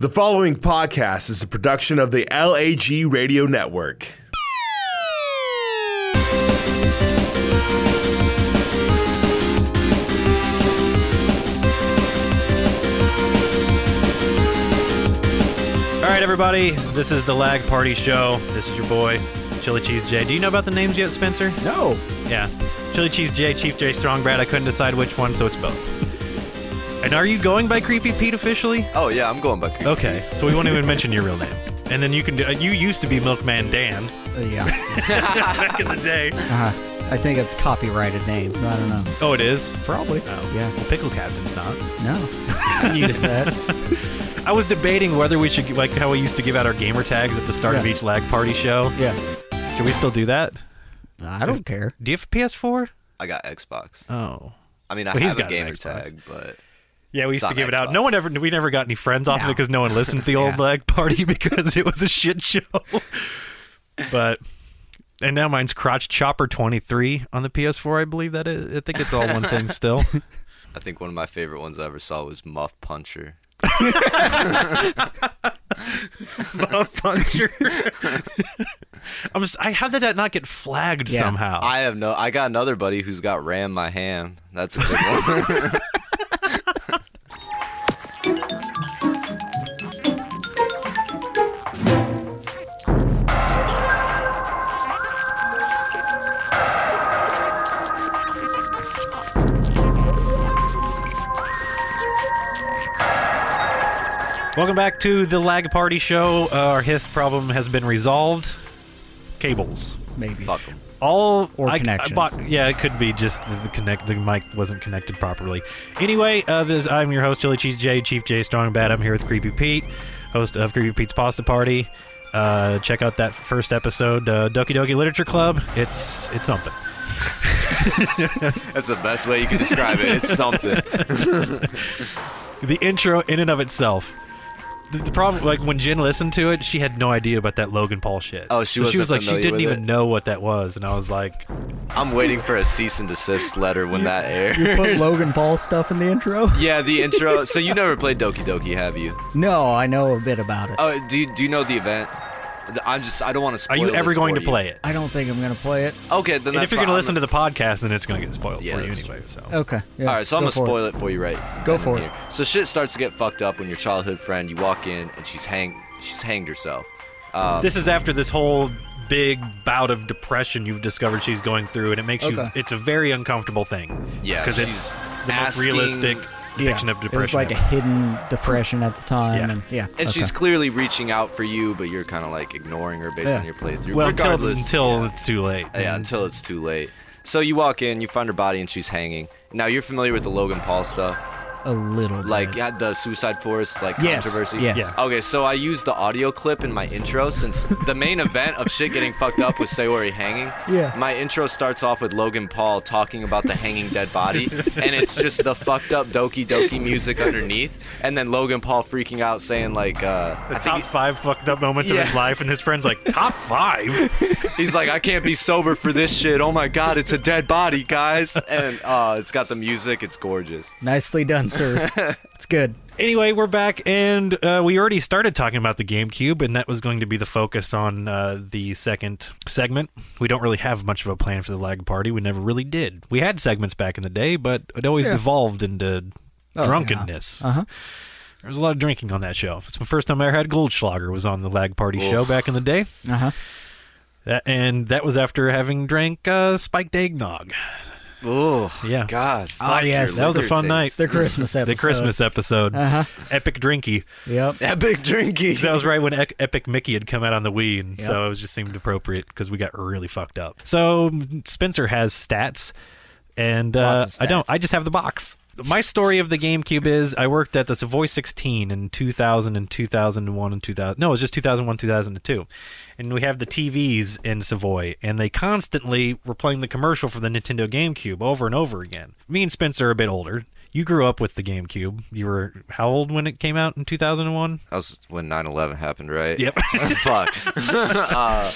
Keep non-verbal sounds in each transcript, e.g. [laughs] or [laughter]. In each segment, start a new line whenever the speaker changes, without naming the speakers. The following podcast is a production of the LAG Radio Network.
All right, everybody. This is the Lag Party Show. This is your boy, Chili Cheese J. Do you know about the names yet, Spencer?
No.
Yeah. Chili Cheese J, Chief J, Strong Brad. I couldn't decide which one, so it's both. And are you going by Creepy Pete officially?
Oh yeah, I'm going by Creepy.
Okay, so we won't even mention your real name. And then you can do. Uh, you used to be Milkman Dan
Uh, yeah.
back in the day.
Uh, I think it's copyrighted names. I don't know.
Oh, it is.
Probably.
Oh,
Yeah.
Well, Pickle Captain's not.
No.
[laughs]
I use that.
I was debating whether we should like how we used to give out our gamer tags at the start of
Yeah.
each Lag Party Show.
Yeah.
Should we still do that?
I don't
[laughs]
care.
Do you have a PS4?
I got Xbox.
Oh.
I mean, I
Well, he's
have a
got an
gamer
Xbox.
tag, but
Yeah, we used
It's
to
on
give it out.
Xbox.
No one ever. We never got any friends off of it
No.
because no one listened to
[laughs]
the old
Yeah.
leg party [laughs] because it was a shit show. but and now mine's crotch chopper twenty three on the PS4. I believe that is. I think it's all one thing
[laughs]
still.
I think one of my favorite ones I ever saw was Muff Puncher.
Puncture. I'm. s I how did that not get flagged
Yeah.
somehow?
I have no. I got another buddy who's got Ram my ham. That's a good
[laughs]
one.
Welcome back to the lag party show. Uh, our hiss problem has been resolved. Cables.
Maybe.
Fuck 'em.
all
Or
I- I
connections.
bought- yeah, it could be just the the connect. The mic wasn't connected properly. Anyway, uh, this I'm your host, Chili Cheese J, Chief J Strong Bad. I'm here with Creepy Pete, host of Creepy Pete's Pasta Party. Uh, check out that first episode, uh, Doki Doki Literature Club. It's it's something.
That's the best way you can describe it. It's something.
The intro in and of itself. The, the problem, like when Jen listened to it, she had no idea about that Logan Paul shit.
Oh, she
So
wasn't
was like she
familiar
didn't
with
even
it?
know what that was, and I was like,
I'm waiting for a cease and desist letter when that
You
airs.
put
[laughs]
[laughs]
Logan Paul stuff in the intro?
Yeah, the intro. So you never played Doki Doki, have you?
No, I know a bit about it.
Oh, do you, do you know the event? I'm just. I don't want to
"Are
spoil.
you ever
this
going
for
to play it?"
I don't think I'm gonna play it.
Okay, then
And
that's
if you're going to
fine.
listen to the podcast, then it's going to get spoiled
Yeah,
for you
that's
anyway. So.
Okay. yeah,
All right, so I'm
go
gonna
for
spoil it. for you right.
Go
then
for
and
it.
here. So shit starts to get fucked up when your childhood friend you walk in and she's hang she's hanged herself. Um,
This is after this whole big bout of depression you've discovered she's going through, and it makes you.
Okay.
It's a very uncomfortable thing.
Yeah,
because it's
she's
the most
asking-
realistic depiction
yeah.
of depression.
It was like a
ever.
hidden depression at the time,
Yeah.
and yeah.
and
okay.
she's clearly reaching out for you, but you're kind of like ignoring her based
Yeah. Mm-hmm.
on your playthrough.
well, until
Regardless,
until it's too late.
yeah, until it's too late. So you walk in, you find her body, and she's hanging. Now you're familiar with the Logan Paul stuff,
a little
like
bit.
yeah, the Suicide Forest like
Yes,
controversy.
yes.
Yeah.
Okay, so I used the audio clip in my intro since the main event of shit getting fucked up was Sayori hanging.
Yeah.
My intro starts off with Logan Paul talking about the hanging dead body, and it's just the fucked up Doki Doki music underneath, and then Logan Paul freaking out saying like, uh, I think
Top five fucked up moments of his
Yeah.
life, and his friend's like, "Top
[laughs]
five?
He's like, I can't be sober for this shit. Oh my god, it's a dead body, guys. And uh, it's got the music. It's gorgeous.
Nicely done,
[laughs]
sir. it's good.
Anyway, we're back, and uh, we already started talking about the GameCube, and that was going to be the focus on uh, the second segment. We don't really have much of a plan for the lag party. We never really did. We had segments back in the day, but it always devolved into
Oh,
drunkenness.
Uh huh.
There was a lot of drinking on that show. It's the first time I ever had Goldschlager was on the lag party show back in the day,
Uh huh.
That- and that was after having drank uh, spiked eggnog.
Ooh,
Yeah.
God.
Oh,
fuck your
yes. That
was a
liquor
fun night.
It's their
[laughs]
Christmas
The
episode.
Christmas episode,
Uh huh.
epic drinky.
Yep.
Epic drinking.
that was right when Ec- Epic Mickey had come out on the Wii, and so
Yep.
it was just seemed appropriate because we got really fucked up. So Spencer has stats, and uh,
Lots of
I don't.
stats.
I just have the box. My story of the GameCube is I worked at the Savoy 16 in 2000 and 2001 and 2000. No, it was just 2001, 2002. And we have the TVs in Savoy, and they constantly were playing the commercial for the Nintendo GameCube over and over again. Me and Spencer are a bit older. You grew up with the GameCube. You were how old when it came out in 2001?
That was when 9 11 happened, right?
Yep.
[laughs]
[laughs]
Fuck. uh,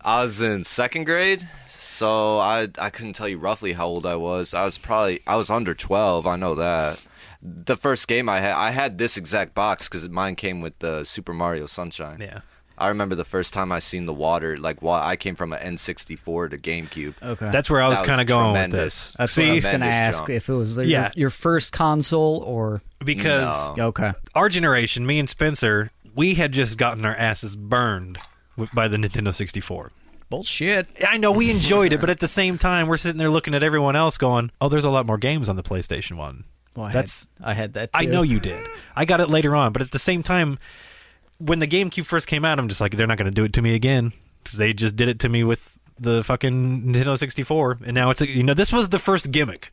I was in second grade, so I, I couldn't tell you roughly how old I was. I was probably, I was under 12. I know that. the first game I had, I had this exact box because mine came with the Super Mario Sunshine.
Yeah.
I remember the first time I seen the water. Like, wa- I came from an N64 to GameCube.
Okay.
That's where I was,
That was
kind of going with
tremendous.
this.
That's
See,
what I was gonna
Tremendous
ask
jump.
if it was your,
Yeah.
your first console or
because
No.
okay.
our generation, me and Spencer, we had just gotten our asses burned w- by the Nintendo 64.
Bullshit.
I know we enjoyed it, but at the same time, we're sitting there looking at everyone else going, "Oh, there's a lot more games on the PlayStation One."
Well, I
That's
had, I had that. Too.
I know you did. I got it later on, but at the same time, when the GameCube first came out, I'm just like, they're not going to do it to me again because they just did it to me with the fucking Nintendo 64, and now it's like, you know this was the first gimmick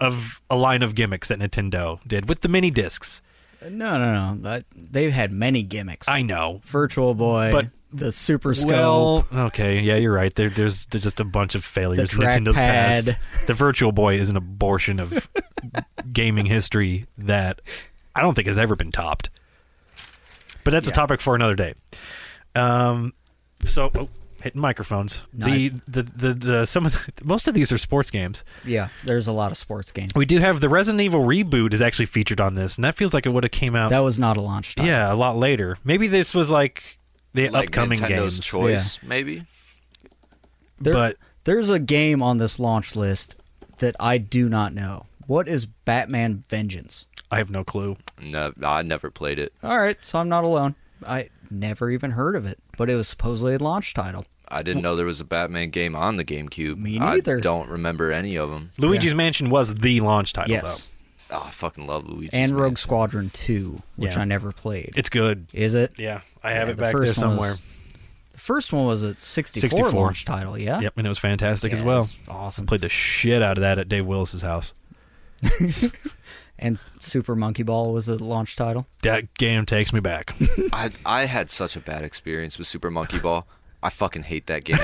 of a line of gimmicks that Nintendo did with the mini discs.
No, no, no. That, they've had many gimmicks.
I know.
Virtual Boy,
But-
the Super Skull.
Well, okay, yeah, you're right. There, there's, there's just a bunch of failures
The
in Nintendo's
trackpad.
past. The Virtual Boy is an abortion
[laughs]
of gaming history that I don't think has ever been topped. But that's a topic for another day. Um, so oh, hitting microphones. The, the the the some of the, most of these are sports games.
yeah, there's a lot of sports games.
We do have the Resident Evil reboot is actually featured on this, and that feels like it would have came out
That was not a launch title.
yeah a lot later. Maybe this was like the
Like
upcoming
Nintendo's
games.
choice, maybe.
There-
but-
there's a game on this launch list that I do not know. What is Batman Vengeance?
I have no clue.
No, I never played it.
All right, so I'm not alone. I never even heard of it, but it was supposedly a launch title.
I didn't know there was a Batman game on the GameCube.
Me
I
neither.
don't remember any of them.
Luigi's Mansion was the launch title,
yes,
Oh, I fucking love Luigi.
and Rogue Squadron 2, which
Yeah.
I never played.
though. It's good.
is it?
Yeah, I have
Yeah,
it
the
back
first
there
one
somewhere.
was- The first one was a 64,
64.
launch title, yeah?
Yep, and it was fantastic as
Yeah,
well.
it's Awesome.
Played the shit out of that at Dave Willis's house.
And Super Monkey Ball was a launch title.
That game takes me
[laughs]
back.
[laughs] I I had such a bad experience with Super Monkey Ball. I fucking hate that game.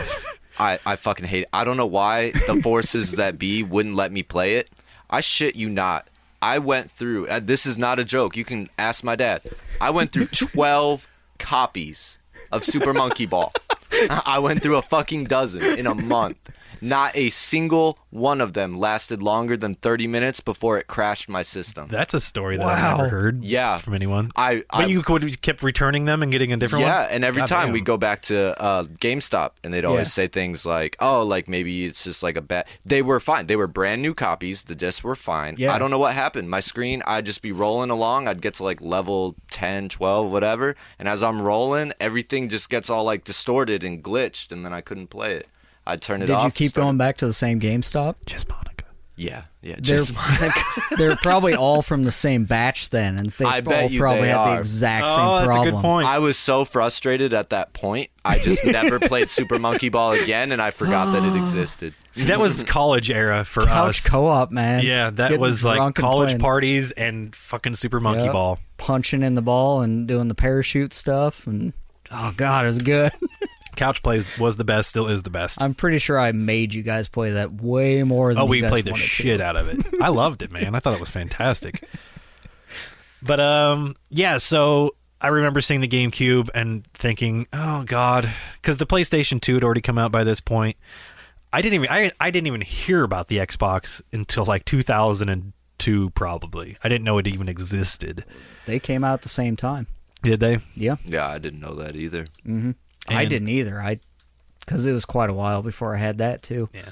I, I fucking hate it. I don't know why the forces that be wouldn't let me play it. I shit you not. I went through, uh, this is not a joke. You can ask my dad. I went through 12 copies of Super Monkey Ball. I went through a fucking dozen in a month. Not a single one of them lasted longer than 30 minutes before it crashed my system.
That's a story that
Wow.
I've never heard
Yeah.
from anyone.
I- I-
but you could kept returning them and getting a different
yeah,
one?
and every
God
time
damn.
we go back to uh, GameStop, and they'd always say things like, "Oh, like maybe it's just like a bad." They were fine. They were brand new copies. The discs were fine.
Yeah.
I don't know what happened. My screen, I'd just be rolling along. I'd get to like level 10, 12, whatever, and as I'm rolling, everything just gets all like distorted and glitched, and then I couldn't play it. I'd turn it
Did
off.
you keep
start-
going back to the same GameStop?
Just Monica.
Yeah, yeah.
They're,
Just
[laughs]
they're probably all from the same batch then, and they
I
all
bet you
probably
they
had
are.
the exact same
oh, that's
problem.
a good point.
I was so frustrated at that point. I
[laughs]
just never played Super Monkey Ball again, and I forgot
[gasps]
that it existed.
See, that was college era for
Couch
us.
co-op, man.
yeah, that
Getting
was like
drunk and
college
playing.
parties and fucking Super Monkey
Yep.
Ball.
punching in the ball and doing the parachute stuff, and oh god, it was good.
Couch plays was the best, still is the best.
I'm pretty sure I made you guys play that way more than
Oh,
you
we
guys
played the
wanted to.
shit out of
[laughs]
it. I loved it, man. I thought it was fantastic. But um, yeah. So I remember seeing the GameCube and thinking, "Oh God," because the PlayStation Two had already come out by this point. I didn't even I, I didn't even hear about the Xbox until like 2002, probably. I didn't know it even existed.
They came out at the same time.
Did they?
Yeah,
Yeah, I didn't know that either.
I
And-
didn't either. I because it was quite a while before I had that too.
Yeah.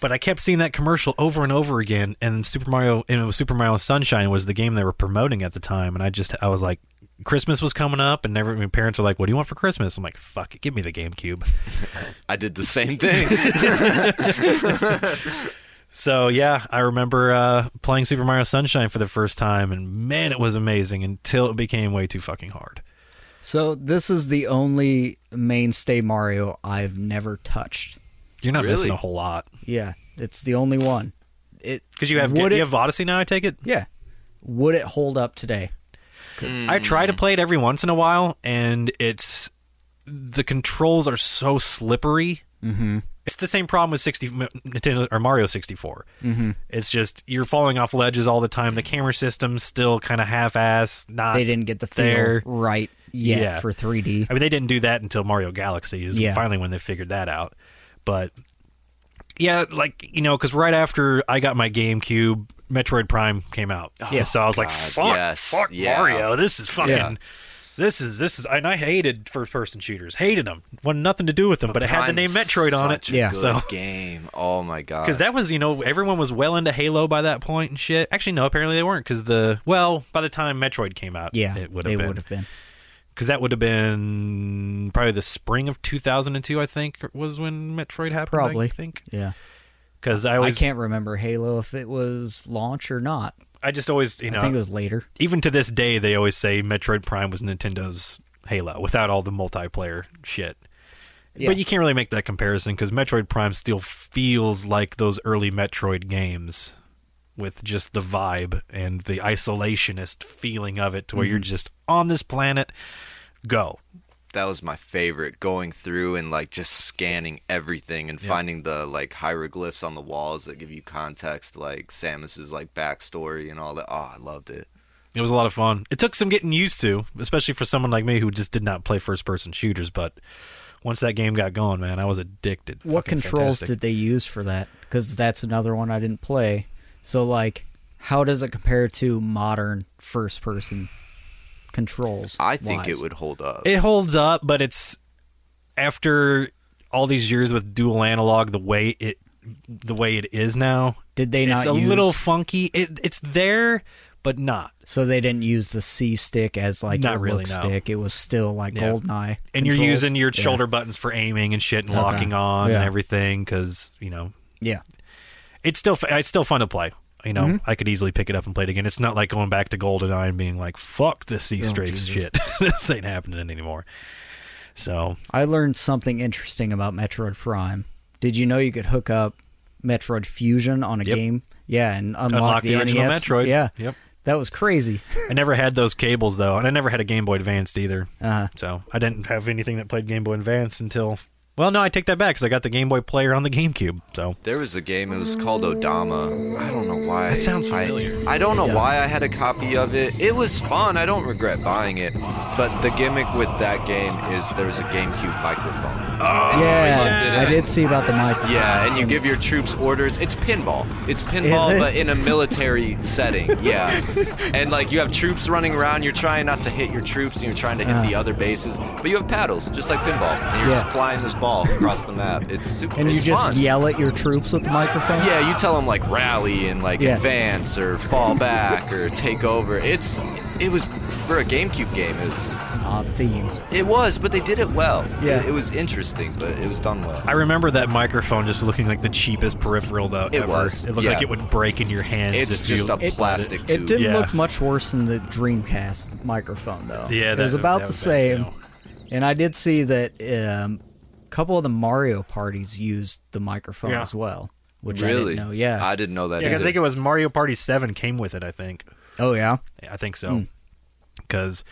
But I kept seeing that commercial over and over again, and Super Mario and it was Super Mario Sunshine was the game they were promoting at the time, and I just I was like, Christmas was coming up, and every, my parents were like, "What do you want for Christmas?" I'm like, "Fuck it, give me the GameCube." [laughs]
I did the same thing.
so yeah, I remember uh, playing Super Mario Sunshine for the first time, and man, it was amazing until it became way too fucking hard.
So this is the only mainstay Mario I've never touched.
You're not missing
Really?
a whole lot
Yeah, it's the only one. It
because you have
Would
you
it-
have Odyssey now. I take it.
yeah. Would it hold up today?
I try to play it every once in a while, and it's the controls are so slippery. Mm-hmm. It's the same problem with sixty Nintendo or Mario sixty Mm-hmm. It's just you're falling off ledges all the time. The camera system's still kind of half-ass. Not
They didn't get the feel
there.
right yet
Yeah.
for 3D.
I mean, they didn't do that until Mario Galaxy is
Yeah.
finally when they figured that out. But yeah, like you know, because right after I got my GameCube, Metroid Prime came out.
Yeah.
so I was like,
Oh, God,
"Fuck,
yes,
fuck
yeah.
Mario! This is fucking,
Yeah.
this is this is." And I hated first-person shooters, hated them, wanted nothing to do with them. But, it had the
Prime
name
is
Metroid on it,
such a
Yeah.
good
So-
game. Oh my god.
because that was you know everyone was well into Halo by that point and shit. Actually, no, apparently they weren't because the well by the time Metroid came out,
Yeah,
it would
they
have
would
been
have been.
because that would have been probably the spring of 2002. I think was when Metroid happened.
Probably.
I think
Yeah,
because I
I
was I,
can't remember Halo if it was launch or not.
just always you know
I think it was later.
even to this day they always say Metroid Prime was Nintendo's Halo without all the multiplayer shit.
Yeah.
But you can't really make that comparison because Metroid Prime still feels like those early Metroid games with just the vibe and the isolationist feeling of it to where you're
Mm-hmm.
just on this planet, go.
that was my favorite going through and like just scanning everything and finding the like hieroglyphs on the walls that give you context like samus's like backstory and all that oh i loved it
It was a lot of fun. It took some getting used to, especially for someone like me who just did not play first person shooters, but once that game got going, man, I was addicted.
What
Fucking
controls
fantastic.
did they use for that? Because that's another one I didn't play. So like, how does it compare to modern first-person controls?
i think
wise?
it would hold up
it holds up, but it's after all these years with dual analog, the way it the way it is now,
Did they
it's
not
a
use,
little funky. It it's there, but not.
So they didn't use the C stick as like
Not
your
really,
look
no.
stick. It was still like
Yeah.
Goldeneye.
And you're
controls.
using your
Yeah.
shoulder buttons for aiming and shit and locking on
Yeah.
and everything because you know
Yeah,
it's still fu- it's still fun to play. You know, I could easily pick it up and play it again. It's not like going back to GoldenEye and being like, "Fuck this sea
Oh,
strafe
Jesus.
shit. [laughs] this ain't happening anymore." So
I learned something interesting about Metroid Prime. Did you know you could hook up Metroid Fusion on a
Yep.
game? Yeah, and unlock,
unlock the, original
NES.
Metroid.
Yeah,
Yep.
that was crazy.
I never had those cables though, and I never had a Game Boy Advanced either.
Uh,
So I didn't have anything that played Game Boy Advance until. Well, no, I take that back because I got the Game Boy Player on the GameCube. So
there was a game it was called odama i don't know why
That sounds
I-
familiar.
i, don't know
does.
why i had a copy of it it was fun i don't regret buying it but the gimmick with that game is there was a gamecube microphone
yeah,
did Oh, it.
I did see about the microphone.
Yeah, and you give your troops orders. It's pinball. It's pinball,
Is it?
but in a military
[laughs]
setting. Yeah, and like you have troops running around. You're trying not to hit your troops, and you're trying to hit the other bases. But you have paddles, just like pinball, and you're
Uh. Yeah.
just flying this ball across the map.
[laughs]
It's super.
and you
it's
just
fun.
yell at your troops with the microphone.
Yeah, you tell them like rally and like
Yeah.
advance or fall back or take over. It's it was for a GameCube game. It was
it's an odd theme.
it was, but they did it well.
Yeah.
it, it was interesting, but it was done well.
I remember that microphone just looking like the cheapest peripheral though
It
ever.
was,
It looked
yeah.
like it would break in your hands.
It's
if you-
just a
It-
plastic
It,
tube.
didn't
Yeah.
look much worse than the Dreamcast microphone, though.
Yeah,
it was
that-
about
that
the
was bad,
same.
too.
And I did see that um, a couple of the Mario parties used the microphone
Yeah.
as well, which I
Really?
didn't know. Yeah.
I didn't know that.
Yeah, I
either.
think it was Mario Party Seven came with it. I think.
oh yeah.
I think
Hmm.
so. Because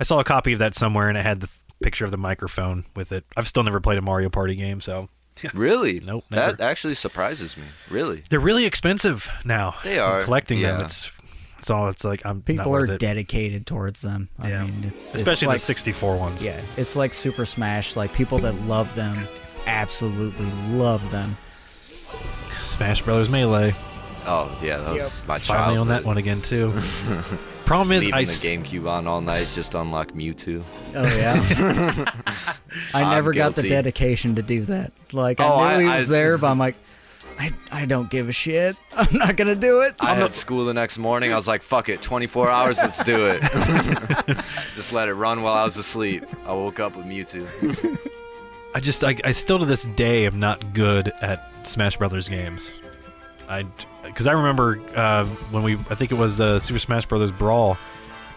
I saw a copy of that somewhere and it had the picture of the microphone with it. I've still never played a Mario Party game, so
Really?
Nope,
That
never.
actually surprises me. Really?
they're really expensive now.
They are,
collecting
yeah.
them. It's it's all. It's like I'm
People
not
are
worth it.
dedicated towards them. I
Yeah.
mean, it's it's
especially
like,
the 64 ones.
Yeah, it's like Super Smash. Like people that love them absolutely love them.
Smash Brothers Melee.
Oh yeah, that was my childhood.
Finally on that one again
[laughs]
too. Problem is,
Leaving
I
the
s-
GameCube on all night just to unlock Mewtwo. [laughs]
Oh yeah. I never got the
guilty.
dedication to do that. Like
Oh,
I knew
I-
he was
I-
there, but I'm like, I, I don't give a shit. [laughs] I'm not gonna do it.
I had school the next morning. I was like, "Fuck it, 24 hours, let's do
[laughs]
it." just let it run while I was asleep. I woke up with Mewtwo.
I just, I, I still to this day am not good at Smash Brothers games. I, because I remember uh, when we, I think it was uh, Super Smash Brothers Brawl.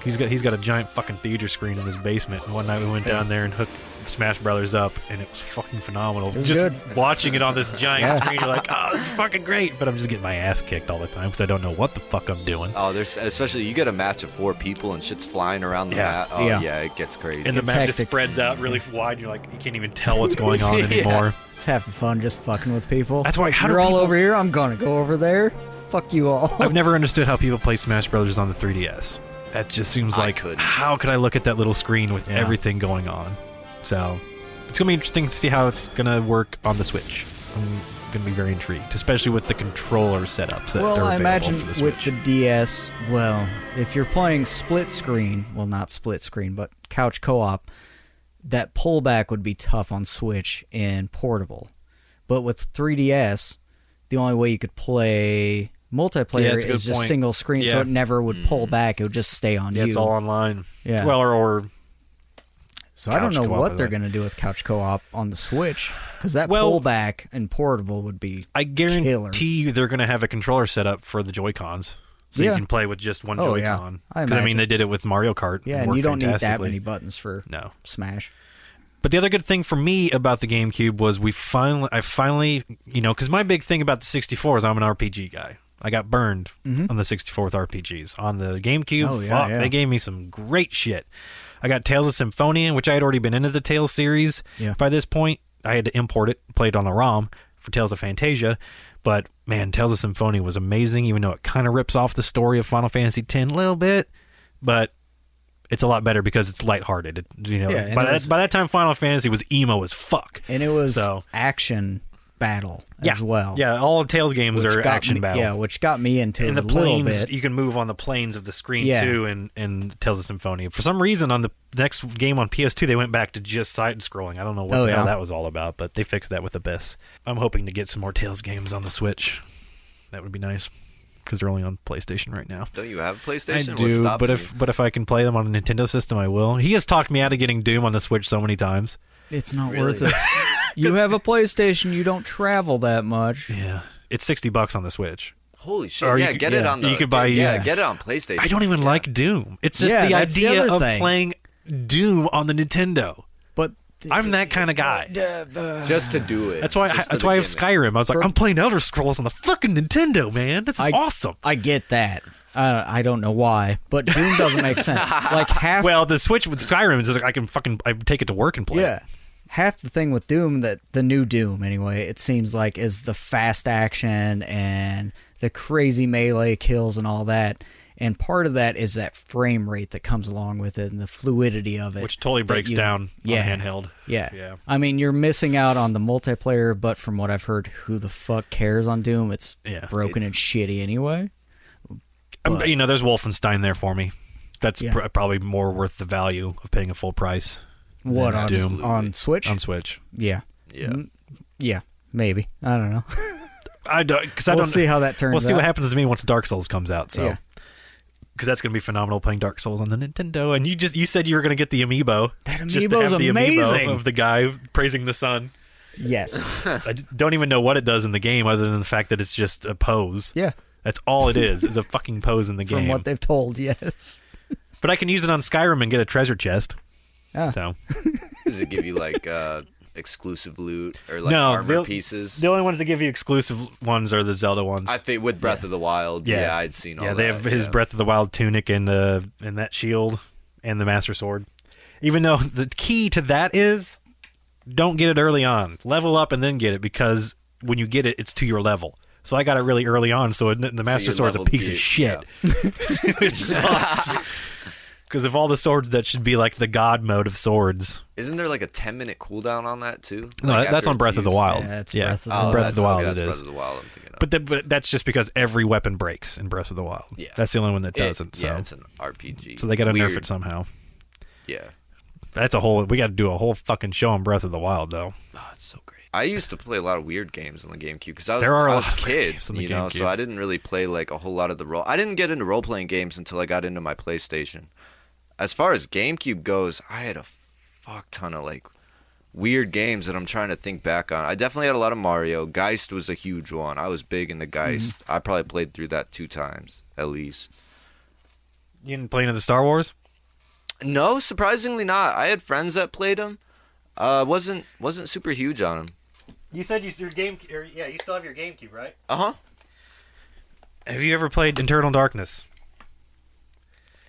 He's got he's got a giant fucking theater screen in his basement. And one night we went down there and hooked Smash Brothers up, and it was fucking phenomenal.
was
just
good.
watching it on this giant
Yeah.
screen, you're like, oh, it's fucking great. But I'm just getting my ass kicked all the time because I don't know what the fuck I'm doing.
Oh, there's especially you get a match of four people and shit's flying around the
Yeah.
mat. Oh
Yeah.
yeah. it gets crazy.
and the
It's
map just
hectic.
spreads out really wide. And you're like, you can't even tell [laughs] what's going on
Yeah.
anymore.
It's half the fun just fucking with people.
That's why- how do
you're all
people-
over here. I'm gonna go over there. Fuck you all.
I've never understood how people play Smash Brothers on the 3DS. That just seems
I
like
couldn't.
how could I look at that little screen with
Yeah.
everything going on? So it's gonna be interesting to see how it's gonna work on the Switch. I'm going to be very intrigued, especially with the controller setups that
well,
are available
I imagine
for the Switch.
with the DS, well, if you're playing split screen, well, not split screen, but couch co-op, that pullback would be tough on Switch and portable. But with 3DS, the only way you could play
Yeah,
multiplayer
that's a good
is just
point.
single screen, so
Yeah.
it never would pull
Mm-hmm.
back. It would just stay on
yeah,
you.
it's all online.
Yeah.
Well, or, or
so I don't
couch
know
co-op
what
is
they're
nice.
going to do with couch co-op on the Switch because that
Well-
pullback and portable would be
I guarantee
Killer.
you they're going to have a controller set up for the Joy Cons, so
Yeah.
you can play with just one
Oh, yeah.
Joy-Con. 'Cause,
I
I
imagine.
mean, they did it with Mario Kart.
yeah,
it
and you
worked
don't need that
fantastically.
many buttons for
No.
Smash.
But the other good thing for me about the GameCube was we finally, I finally, you know, because my big thing about the 64 is I'm an RPG guy. I got burned on the 64 with RPGs. On the GameCube,
Mm-hmm. Oh, yeah,
fuck,
yeah.
they gave me some great shit. I got Tales of Symphonia, which I had already been into the Tales series.
Yeah.
By this point, I had to import it, play it on the ROM for Tales of Fantasia. But man, Tales of Symphonia was amazing, even though it kind of rips off the story of Final Fantasy X a little bit. But it's a lot better because it's lighthearted. It, you know,
Yeah, and
by
it
that
was-
by that time, Final Fantasy was emo as fuck.
and it was
So-
action battle
yeah,
as well.
Yeah, all Tales games
which
are
got
action
me,
battle.
Yeah, which got me into
and
it
the
a little
planes
bit.
you can move on the planes of the screen
Yeah.
too, and and Tales of Symphonia. For some reason, on the next game on PS2, they went back to just side scrolling. I don't know what
Oh,
the hell
yeah.
that was all about, but they fixed that with Abyss. I'm hoping to get some more Tales games on the Switch. That would be nice because they're only on PlayStation right now.
Don't you have a
I
PlayStation? What's
do,
stopping
but
you?
if but if I can play them on a Nintendo system, I will. He has talked me out of getting Doom on the Switch so many times.
it's not
[laughs]
worth it. you have a PlayStation. You don't travel that much.
Yeah, it's sixty bucks on the Switch.
holy shit,
or you
yeah,
could-
get it
yeah.
on the
You could buy,
yeah,
yeah.
get it on PlayStation.
I don't even like Doom. It's just
Yeah,
the
that's the
idea
other
of
thing.
playing Doom on the Nintendo.
But
I'm that kind of guy.
just to do it.
That's why.
Just for
that's
the
why I have
gimmick.
Skyrim. I was like, I'm playing Elder Scrolls on the fucking Nintendo, man. This is
I-
awesome.
I get that. I don't, I don't know why, but Doom doesn't
[laughs]
make sense. Like half.
Well, the Switch with Skyrim is like I can fucking I take it to work and play.
yeah. Half the thing with Doom that the new Doom anyway, it seems like is the fast action and the crazy melee kills and all that. And part of that is that frame rate that comes along with it and the fluidity of it,
Which totally
that
breaks
you-
down
Yeah,
on handheld.
Yeah.
Yeah.
I mean, you're missing out on the multiplayer, but from what I've heard, who the fuck cares on Doom? It's
Yeah.
broken and shitty anyway.
Um, you know, there's Wolfenstein there for me. That's
Yeah.
pr- probably more worth the value of paying a full price
What on,
Doom.
on Switch?
on Switch.
yeah.
Yeah.
Mm, yeah. Maybe. I don't know.
I don't because I
we'll
don't
see how that turns
We'll see what
out.
happens to me once Dark Souls comes out. So
Yeah.
because that's going to be phenomenal playing Dark Souls on the Nintendo. And you just you said you were going to get the amiibo.
That
just to
amiibo's
have the
amazing.
amiibo of the guy praising the sun.
Yes.
I d- don't even know what it does in the game other than the fact that it's just a pose.
Yeah.
That's all it is, is a fucking pose in the
From
game.
what they've told, [laughs] yes.
but I can use it on Skyrim and get a treasure chest.
Ah.
So
Does it give you like uh, exclusive loot or like
no,
armor
they'll-
pieces?
The only ones that give you exclusive ones are the Zelda ones.
I think with Breath of the Wild, yeah, I'd seen all
Yeah,
that.
they have his
yeah.
Breath of the Wild tunic and the and that shield and the Master Sword. Even though the key to that is don't get it early on. Level up and then get it because when you get it, it's to your level. So I got it really early on. So it- the Master
you're
Sword's a
leveled
piece of
deep,
shit,
[laughs]
which sucks. Because of all the swords that should be like the god mode of swords,
Isn't there like a ten minute cooldown on that too?
no,
Like,
that's
after
on
it's
Breath of the
used?
Wild.
Yeah, that's Breath of the
Oh,
Breath
that's,
of the Wild.
Okay, that's
it
Breath
is.
of the Wild. I'm thinking. Of.
But, that, but that's just because every weapon breaks in Breath of the Wild.
Yeah.
That's the only one that
It-
doesn't. so.
Yeah, it's an RPG.
so they got to nerf
Weird.
it somehow.
Yeah.
That's a whole. We got to do a whole fucking show on Breath of the Wild, though.
Oh, it's so great. I used to play a lot of weird games on the GameCube because I was,
There are a
I was
lot of weird
kid,
games on the
you know,
GameCube.
so I didn't really play like a whole lot of the role. I didn't get into role playing games until I got into my PlayStation. As far as GameCube goes, I had a fuck ton of like weird games that I'm trying to think back on. I definitely had a lot of Mario. Geist was a huge one. I was big
Mm-hmm.
into Geist. I probably played through that two times at least.
You didn't play into the Star Wars?
No, surprisingly not. I had friends that played them. Uh, wasn't wasn't super huge on them.
You said you, your game. Or, yeah, you still have your GameCube, right?
Uh huh.
Have you ever played Internal Darkness?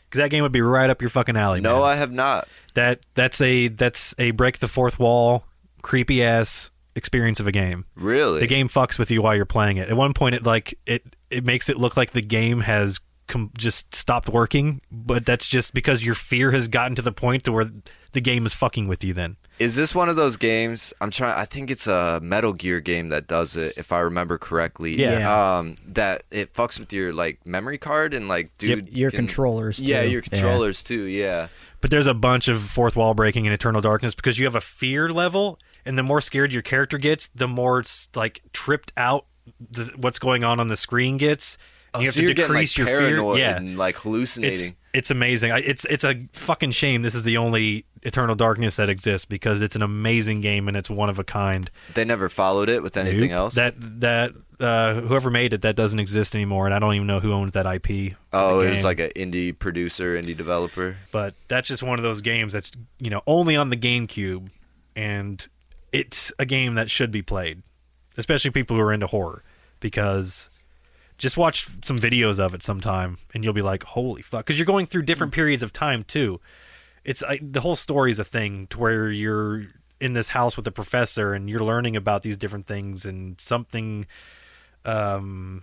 Because that game would be right up your fucking alley.
No,
man.
I have not.
that that's a that's a break the fourth wall, creepy ass experience of a game.
Really?
The game fucks with you while you're playing it. At one point, it like it it makes it look like the game has com- just stopped working, but that's just because your fear has gotten to the point to where the game is fucking with you. Then
Is this one of those games? I'm trying. I think it's a Metal Gear game that does it, if I remember correctly.
Yeah.
Um, that it fucks with your like memory card and like, dude,
Your
can-
controllers.
Yeah,
too.
your controllers too. Yeah.
But there's a bunch of fourth wall breaking and eternal darkness because you have a fear level, and the more scared your character gets, the more it's like tripped out th- what's going on on the screen gets. And you have
Oh, so
to
you're
decrease
getting, like,
your
paranoid
fear. Yeah,
and like hallucinating.
it's it's amazing. I, it's it's a fucking shame. This is the only eternal darkness that exists because it's an amazing game and it's one of a kind.
They never followed it with anything
Nope.
else.
That that uh, whoever made it that doesn't exist anymore, and I don't even know who owns that IP. for
oh,
the
it was
game.
like an indie producer, indie developer.
But that's just one of those games that's you know only on the GameCube, and it's a game that should be played, especially people who are into horror, because just watch some videos of it sometime, and you'll be like, holy fuck, because you're going through different
Mm-hmm.
periods of time too. It's I, the whole story is a thing to where you're in this house with a professor and you're learning about these different things and something um,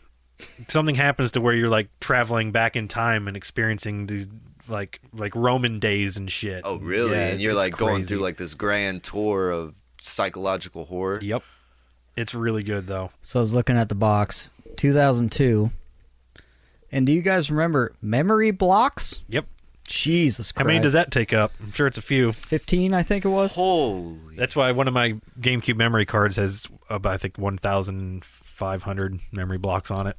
something happens to where you're like traveling back in time and experiencing these like like Roman days and shit.
Oh, really?
Yeah,
and you're
it's
like going
crazy.
through like this grand tour of psychological horror.
yep. It's really good though.
So I was looking at the box, 2002. And do you guys remember memory blocks?
Yep.
Jesus
How
Christ.
many does that take up? I'm sure it's a few.
15, I think it was.
Holy.
That's why one of my GameCube memory cards has about I think 1,500 memory blocks on it.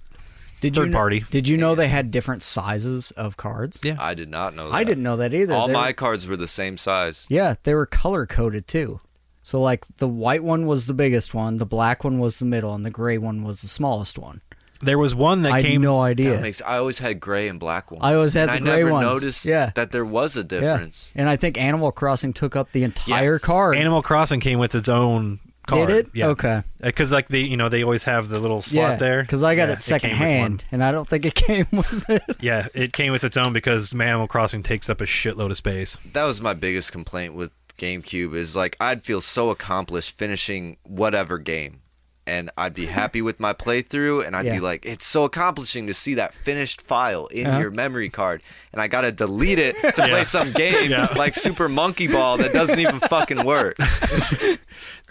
Did
Third
you kn-
party.
Did you know they had different sizes of cards?
Yeah.
I did not know that.
I didn't know that either.
All
They
my
were-
cards were the same size.
Yeah, they were color coded too. So like the white one was the biggest one, the black one was the middle, and the gray one was the smallest one.
There was one that
I had
came
no
That
idea.
makes I always had gray and black ones.
I always had
and
the gray
I never
ones.
noticed
Yeah.
that there was a
yeah.
difference.
And I think Animal Crossing took up the entire card.
Animal Crossing came with its own card.
Did it?
Yeah.
Okay.
Because like the you know they always have the little slot
yeah,
there.
Because I
Yeah, came
got it
with one.
secondhand, and I don't think it [laughs] came with it.
[laughs] Yeah, it came with its own because Animal Crossing takes up a shitload of space.
That was my biggest complaint with GameCube is like I'd feel so accomplished finishing whatever game. And I'd be happy with my playthrough, and I'd
Yeah.
be like, "It's so accomplishing to see that finished file in
Uh-huh.
your memory card." And I gotta delete it to
[laughs] Yeah.
play some game
Yeah.
like Super Monkey Ball that
[laughs]
doesn't even fucking work.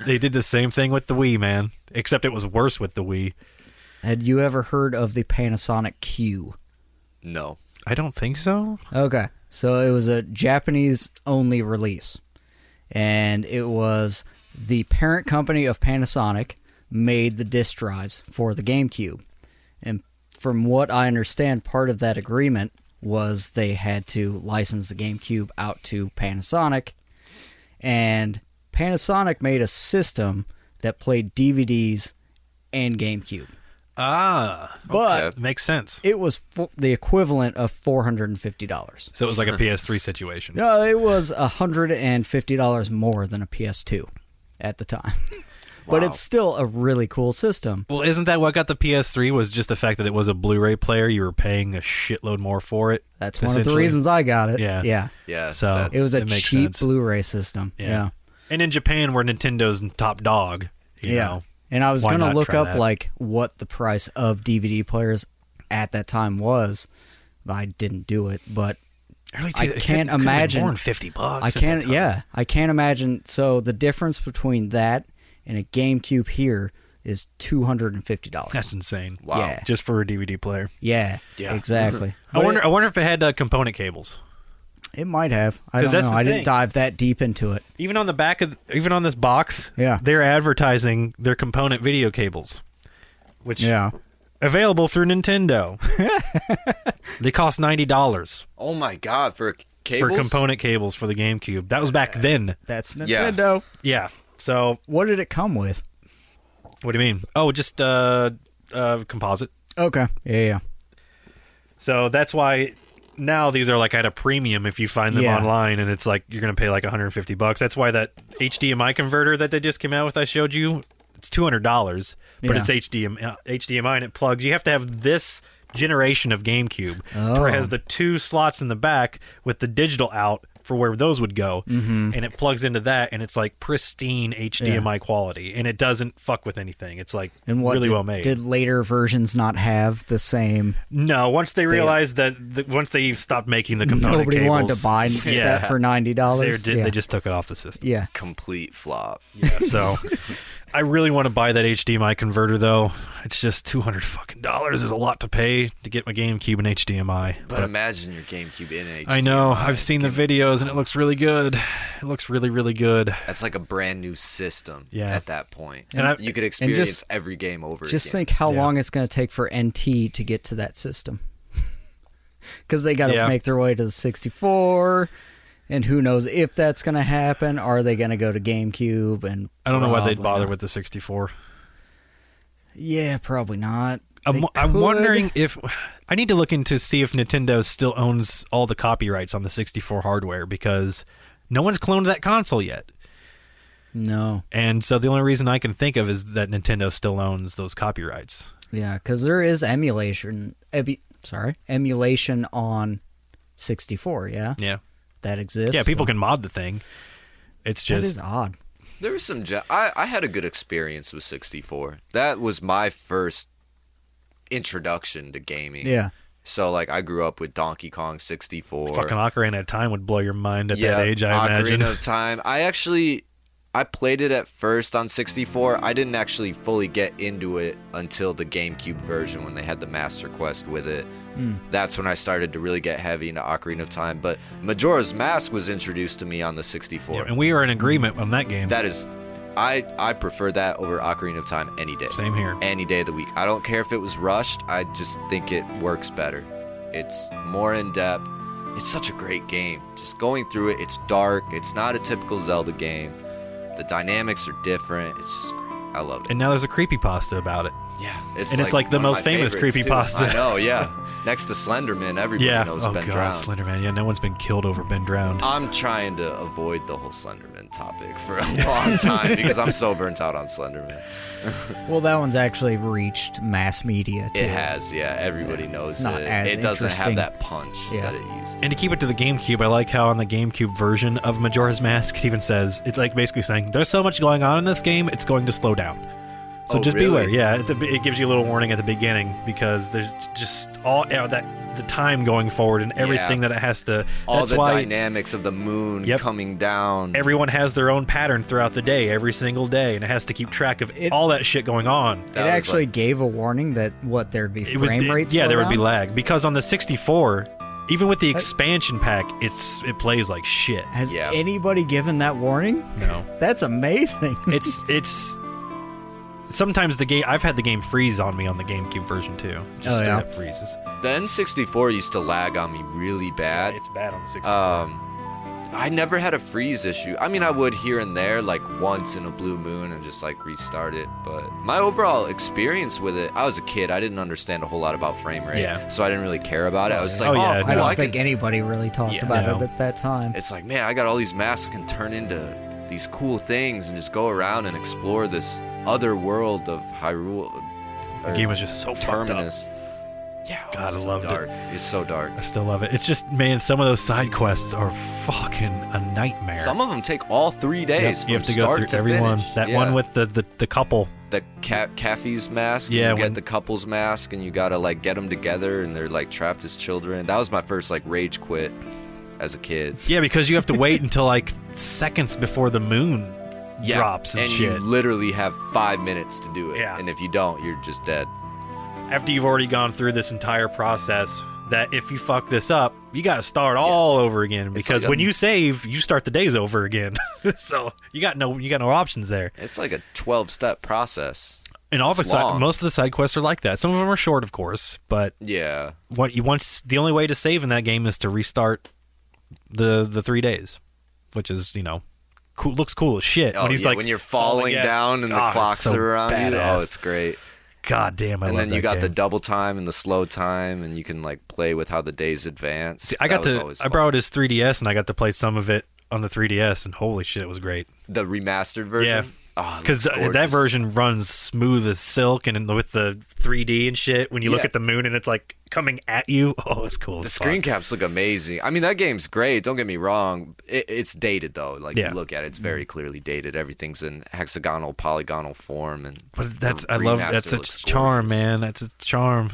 They did the same thing with the Wii, man, except it was worse with the Wii.
Had you ever heard of the Panasonic Q?
No,
I don't think so.
Okay. So it was a Japanese only release. And it was the parent company of Panasonic made the disk drives for the GameCube. And from what I understand, part of that agreement was they had to license the GameCube out to Panasonic. And Panasonic made a system that played DVDs and GameCube.
Ah,
But
Okay.
makes sense.
it was fo- the equivalent of $450.
So it was like a [laughs] PS3 situation.
No, it was hundred and fifty dollars more than a PS2 at the time. [laughs] But it's still a really cool system.
Well, isn't that what got the PS3? Was just the fact that it was a Blu-ray player. You were paying a shitload more for it.
That's one of the
essentially.
reasons I got it.
Yeah.
yeah.
yeah.
So-
that's-
It was a
It makes
cheap
sense.
Blu-ray system. Yeah, yeah.
And in Japan, where Nintendo's top dog, you know.
And I was
why
gonna
not
look
try
up
that?
like what the price of DVD players at that time was. but I didn't do it, but
Early
I
two- it couldn't-
can't
it could've been
imagine-
more than fifty bucks.
I
at the
can't.
time.
Yeah, I can't imagine. So the difference between that and a GameCube here is two hundred and fifty
[laughs]
dollars.
that's insane.
Wow.
Yeah.
Just for a DVD player.
Yeah,
Yeah.
exactly.
I wonder. I wonder if it had uh, component cables.
It might have. I
'Cause
don't know.
that's the
I
thing.
didn't dive that deep into it.
even on the back of even on this box
Yeah.
they're advertising their component video cables which
Yeah.
available through [laughs] nintendo they cost $90
Oh my god, for
for
cables?
component cables for the gamecube that was back then
That's
Yeah.
Nintendo.
yeah so
What did it come with?
what do you mean oh just uh uh composite
Okay. Yeah, yeah.
so that's why now these are like at a premium if you find them
Yeah.
online and it's like you're gonna pay like 150 bucks that's why that hdmi converter that they just came out with i showed you it's $200 but
Yeah.
it's HDMI, uh, hdmi and it plugs you have to have this generation of gamecube where it
Oh.
has the two slots in the back with the digital out for where those would go,
Mm-hmm.
and it plugs into that, and it's like pristine HDMI quality, and it doesn't fuck with anything. It's like
And what
really
did,
well made.
did later versions not have the same?
no, once they realized that the, once they stopped making the component
Nobody wanted
cables,
to buy
[laughs] Yeah.
that for ninety
They,
dollars.
did,
yeah.
they just took it off the system.
yeah.
Complete flop.
[laughs]
So I really want to buy that HDMI converter though. It's just two hundred fucking dollars is a lot to pay to get my GameCube and HDMI.
But imagine your GameCube in an
I know.
HDMI.
I've seen the videos and it looks really good. It looks really, really good.
That's like a brand new system.
Yeah.
At that point,
And I-
you could experience
just-
every game over.
Just
again.
think how
Yeah.
long it's going to take for NT to get to that system, [laughs] because they got to
Yeah.
make their way to the sixty four, and who knows if that's going to happen? Are they going to go to GameCube? And
I don't know why they'd
probably
bother
not.
with the sixty four.
Yeah, probably not.
I'm,
They
I'm
could.
wondering if I need to look into see if Nintendo still owns all the copyrights on the 64 hardware because no one's cloned that console yet.
No.
And so the only reason I can think of is that Nintendo still owns those copyrights.
Yeah, because there is emulation. Ebu- sorry, emulation on 64. Yeah,
Yeah.
that exists.
Yeah, people can mod the thing. It's
That
just
is odd.
There was some. Ge- I I had a good experience with 64. That was my first introduction to gaming.
Yeah,
So like I grew up with Donkey Kong 64.
fucking Ocarina of Time would blow your mind at that age, I
Ocarina
imagine.
of Time. I actually I played it at first on 64. I didn't actually fully get into it until the GameCube version when they had the Master Quest with it.
Hmm.
That's when I started to really get heavy into Ocarina of Time, but Majora's Mask was introduced to me on the 64.
Yeah, and we are in agreement on that game.
That is I I prefer that over Ocarina of Time any day.
Same here.
Any day of the week. I don't care if it was rushed. I just think it works better. It's more in depth. It's such a great game. Just going through it, it's dark. It's not a typical Zelda game. The dynamics are different. It's just great. I love it.
And now there's a creepypasta about it.
yeah. It's
and it's like the
one of
most
my
famous
favorites, too.
creepypasta.
I
[laughs]
know, yeah. Next to Slenderman, everybody
yeah.
knows
oh
Ben
god,
Drowned.
Slenderman. Yeah, no one's been killed over Ben Drowned.
I'm trying to avoid the whole Slenderman topic for a
[laughs]
long time because I'm so burnt out on Slenderman.
well, that one's actually reached mass media too.
It has, yeah. Everybody knows
it's not
it.
as
it doesn't
interesting.
have that punch
Yeah.
that it used.
And to keep it to the GameCube, I like how on the GameCube version of Majora's Mask, it even says it's like basically saying there's so much going on in this game, it's going to slow down. So
Oh,
just
really?
beware. Yeah, it, it gives you a little warning at the beginning because there's just all you know, that the time going forward and everything that it has to.
All
that's
the
why
dynamics of the moon
Yep.
coming down.
everyone has their own pattern throughout the day, every single day, and it has to keep track of
It-
all that shit going on.
That
it
was
actually
like-
gave a warning that what there'd be
It was-
frame
it-
rates.
yeah, there would be
around?
lag because on the 64, even with the expansion pack, it's it plays like shit.
Has
Yeah.
anybody given that warning?
No.
That's amazing.
it's it's sometimes the game I've had the game freeze on me on the GameCube version too. Just
Oh,
straight
yeah.
up freezes.
the N64 used to lag on me really bad.
It's bad on the 64.
Um, I never had a freeze issue. I mean, I would here and there, like once in a blue moon, and just like restart it. But my overall experience with it, I was a kid. I didn't understand a whole lot about frame rate,
Yeah.
so I didn't really care about it. I was just like,
Oh,
oh,
yeah,
cool,
[laughs] I
no.
don't
I
think
can
anybody really talked
Yeah.
about
No.
it at that time.
it's like, man, I got all these masks I can turn into these cool things and just go around and explore this other world of Hyrule.
the
or
game was just so fucked up.
Terminus. Yeah, oh,
God,
it's
I
so
loved it.
dark. It's so dark.
I still love it. It's just man, some of those side quests are fucking a nightmare.
Some of them take all three days.
Yep, you have
from
to go
start
through
to
every one.
finish.
That
Yeah.
one with the, the, the couple.
the ca- Caffey's mask. and
Yeah,
you
when-
get the couple's mask, and you gotta like get them together, and they're like trapped as children. That was my first like rage quit as a kid.
Yeah, because you have to
[laughs]
wait until like seconds before the moon
Yeah,
drops and, shit.
you literally have five minutes to do it.
Yeah.
and if you don't, you're just dead.
After you've already gone through this entire process, that if you fuck this up, you got to start all over again because
like,
when
um,
you save, you start the days over again. [laughs] so you got no you got no options there.
It's like a twelve step process.
And all of
It's
the side,
long.
most of the side quests are like that. Some of them are short, of course, but
Yeah,
what you once the only way to save in that game is to restart the the three days, which is you know cool looks cool as shit.
oh,
when he's
yeah,
like
when you're falling
yeah.
down and the
Ah, it's
clocks
so
are on you. Oh,
badass.
it's great.
god damn, I
and
love
then you
that
got the
game.
double time and the slow time, and you can like play with how the days advance.
I got
that was
to
always
I
fun.
borrowed his 3ds and I got to play some of it on the 3ds and holy shit, it was great.
the remastered version.
Yeah.
Oh, it
because
looks
that
gorgeous.
version runs smooth as silk, and in- with the 3D and shit, when you look
Yeah.
at the moon and it's like coming at you, [laughs] oh, it's cool.
The
as
screen
fuck.
caps look amazing. I mean, that game's great. Don't get me wrong. It, it's dated though. Like
Yeah. Mm-hmm.
you look at it, it's very clearly dated. Everything's in hexagonal, polygonal form, and
but that's
the
I love
remaster
that's
looks
its charm,
gorgeous.
man. That's its charm.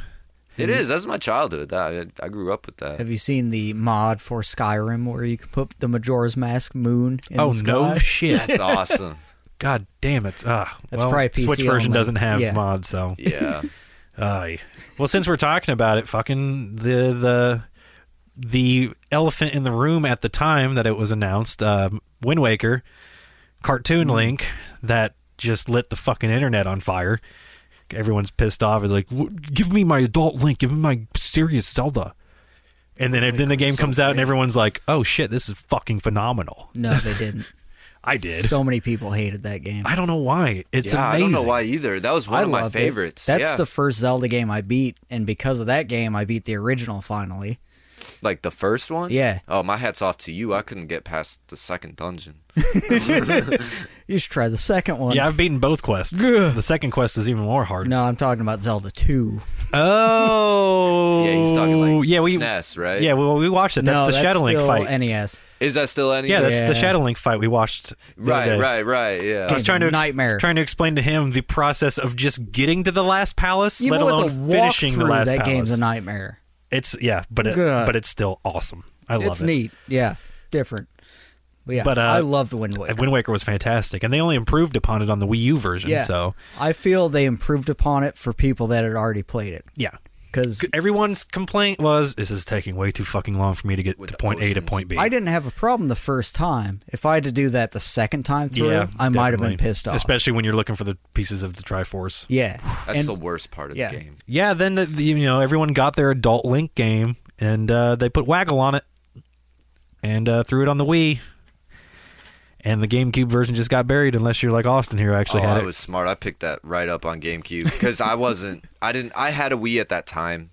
It is. That's my childhood. I, I grew up with that.
Have you seen the mod for Skyrim where you can put the Majora's Mask moon in
Oh,
the sky?
no
[laughs]
shit!
That's awesome.
God damn it! Ah,
That's
well,
probably PC
Switch version
only.
doesn't have
Yeah.
mod, so
Yeah.
Aye. Well, since we're talking about it, fucking the the the elephant in the room at the time that it was announced, um, Wind Waker, cartoon
Mm-hmm.
Link, that just lit the fucking internet on fire. Everyone's pissed off. Is like, "W- give me my adult Link, give me my serious Zelda. And then, then the game comes out, and everyone's like, "Oh shit, this is fucking phenomenal."
No, they
[laughs]
didn't.
I did.
So many people hated that game.
I don't know why. It's
yeah, I
amazing.
don't know why either. That was one
I
of my
loved it.
favorites.
That's
yeah.
the first Zelda game I beat, and because of that game, I beat the original finally.
like the first one.
Yeah.
Oh, my hat's off to you. I couldn't get past the second dungeon.
You should try the second one.
Yeah, I've beaten both quests. the second quest is even more hard.
No, I'm talking about Zelda 2.
Oh,
Yeah, he's talking like
yeah, we
SNES, right?
yeah, well, we watched it. That's
no,
the
that's
Shadow Link
still E
fight.
NES.
Is that still any?
yeah, that's the
Yeah.
Shadow Link fight we watched. the other
right,
day.
right, right. Yeah.
I was trying to ex-
Nightmare.
trying to explain to him the process of just getting to the last palace,
Even
let alone
with the
finishing the
walkthrough,
last
that
palace.
game's a nightmare.
it's yeah, but it,
Good.
but it's still awesome. I love
it's
it.
neat. Yeah, different. But yeah,
But, uh,
I loved Wind Waker.
And Wind Waker was fantastic, and they only improved upon it on the Wii U version.
yeah,
So
I feel they improved upon it for people that had already played it.
yeah,
Because
everyone's complaint was this is taking way too fucking long for me to get
With
to
the
point A to
oceans.
point B.
I didn't have a problem the first time. If I had to do that the second time through, I might have been
definitely.
pissed off.
especially when you're looking for the pieces of the Triforce.
yeah,
That's
and
the worst part of
yeah.
the game.
Yeah, then the, the- you know everyone got their adult Link game, and uh, they put Waggle on it, and uh, threw it on the Wii, and the GameCube version just got buried. Unless you're like Austin here, who actually
oh,
had
I
it.
was smart. I picked that right up on GameCube because I wasn't. I didn't. I had a Wii at that time.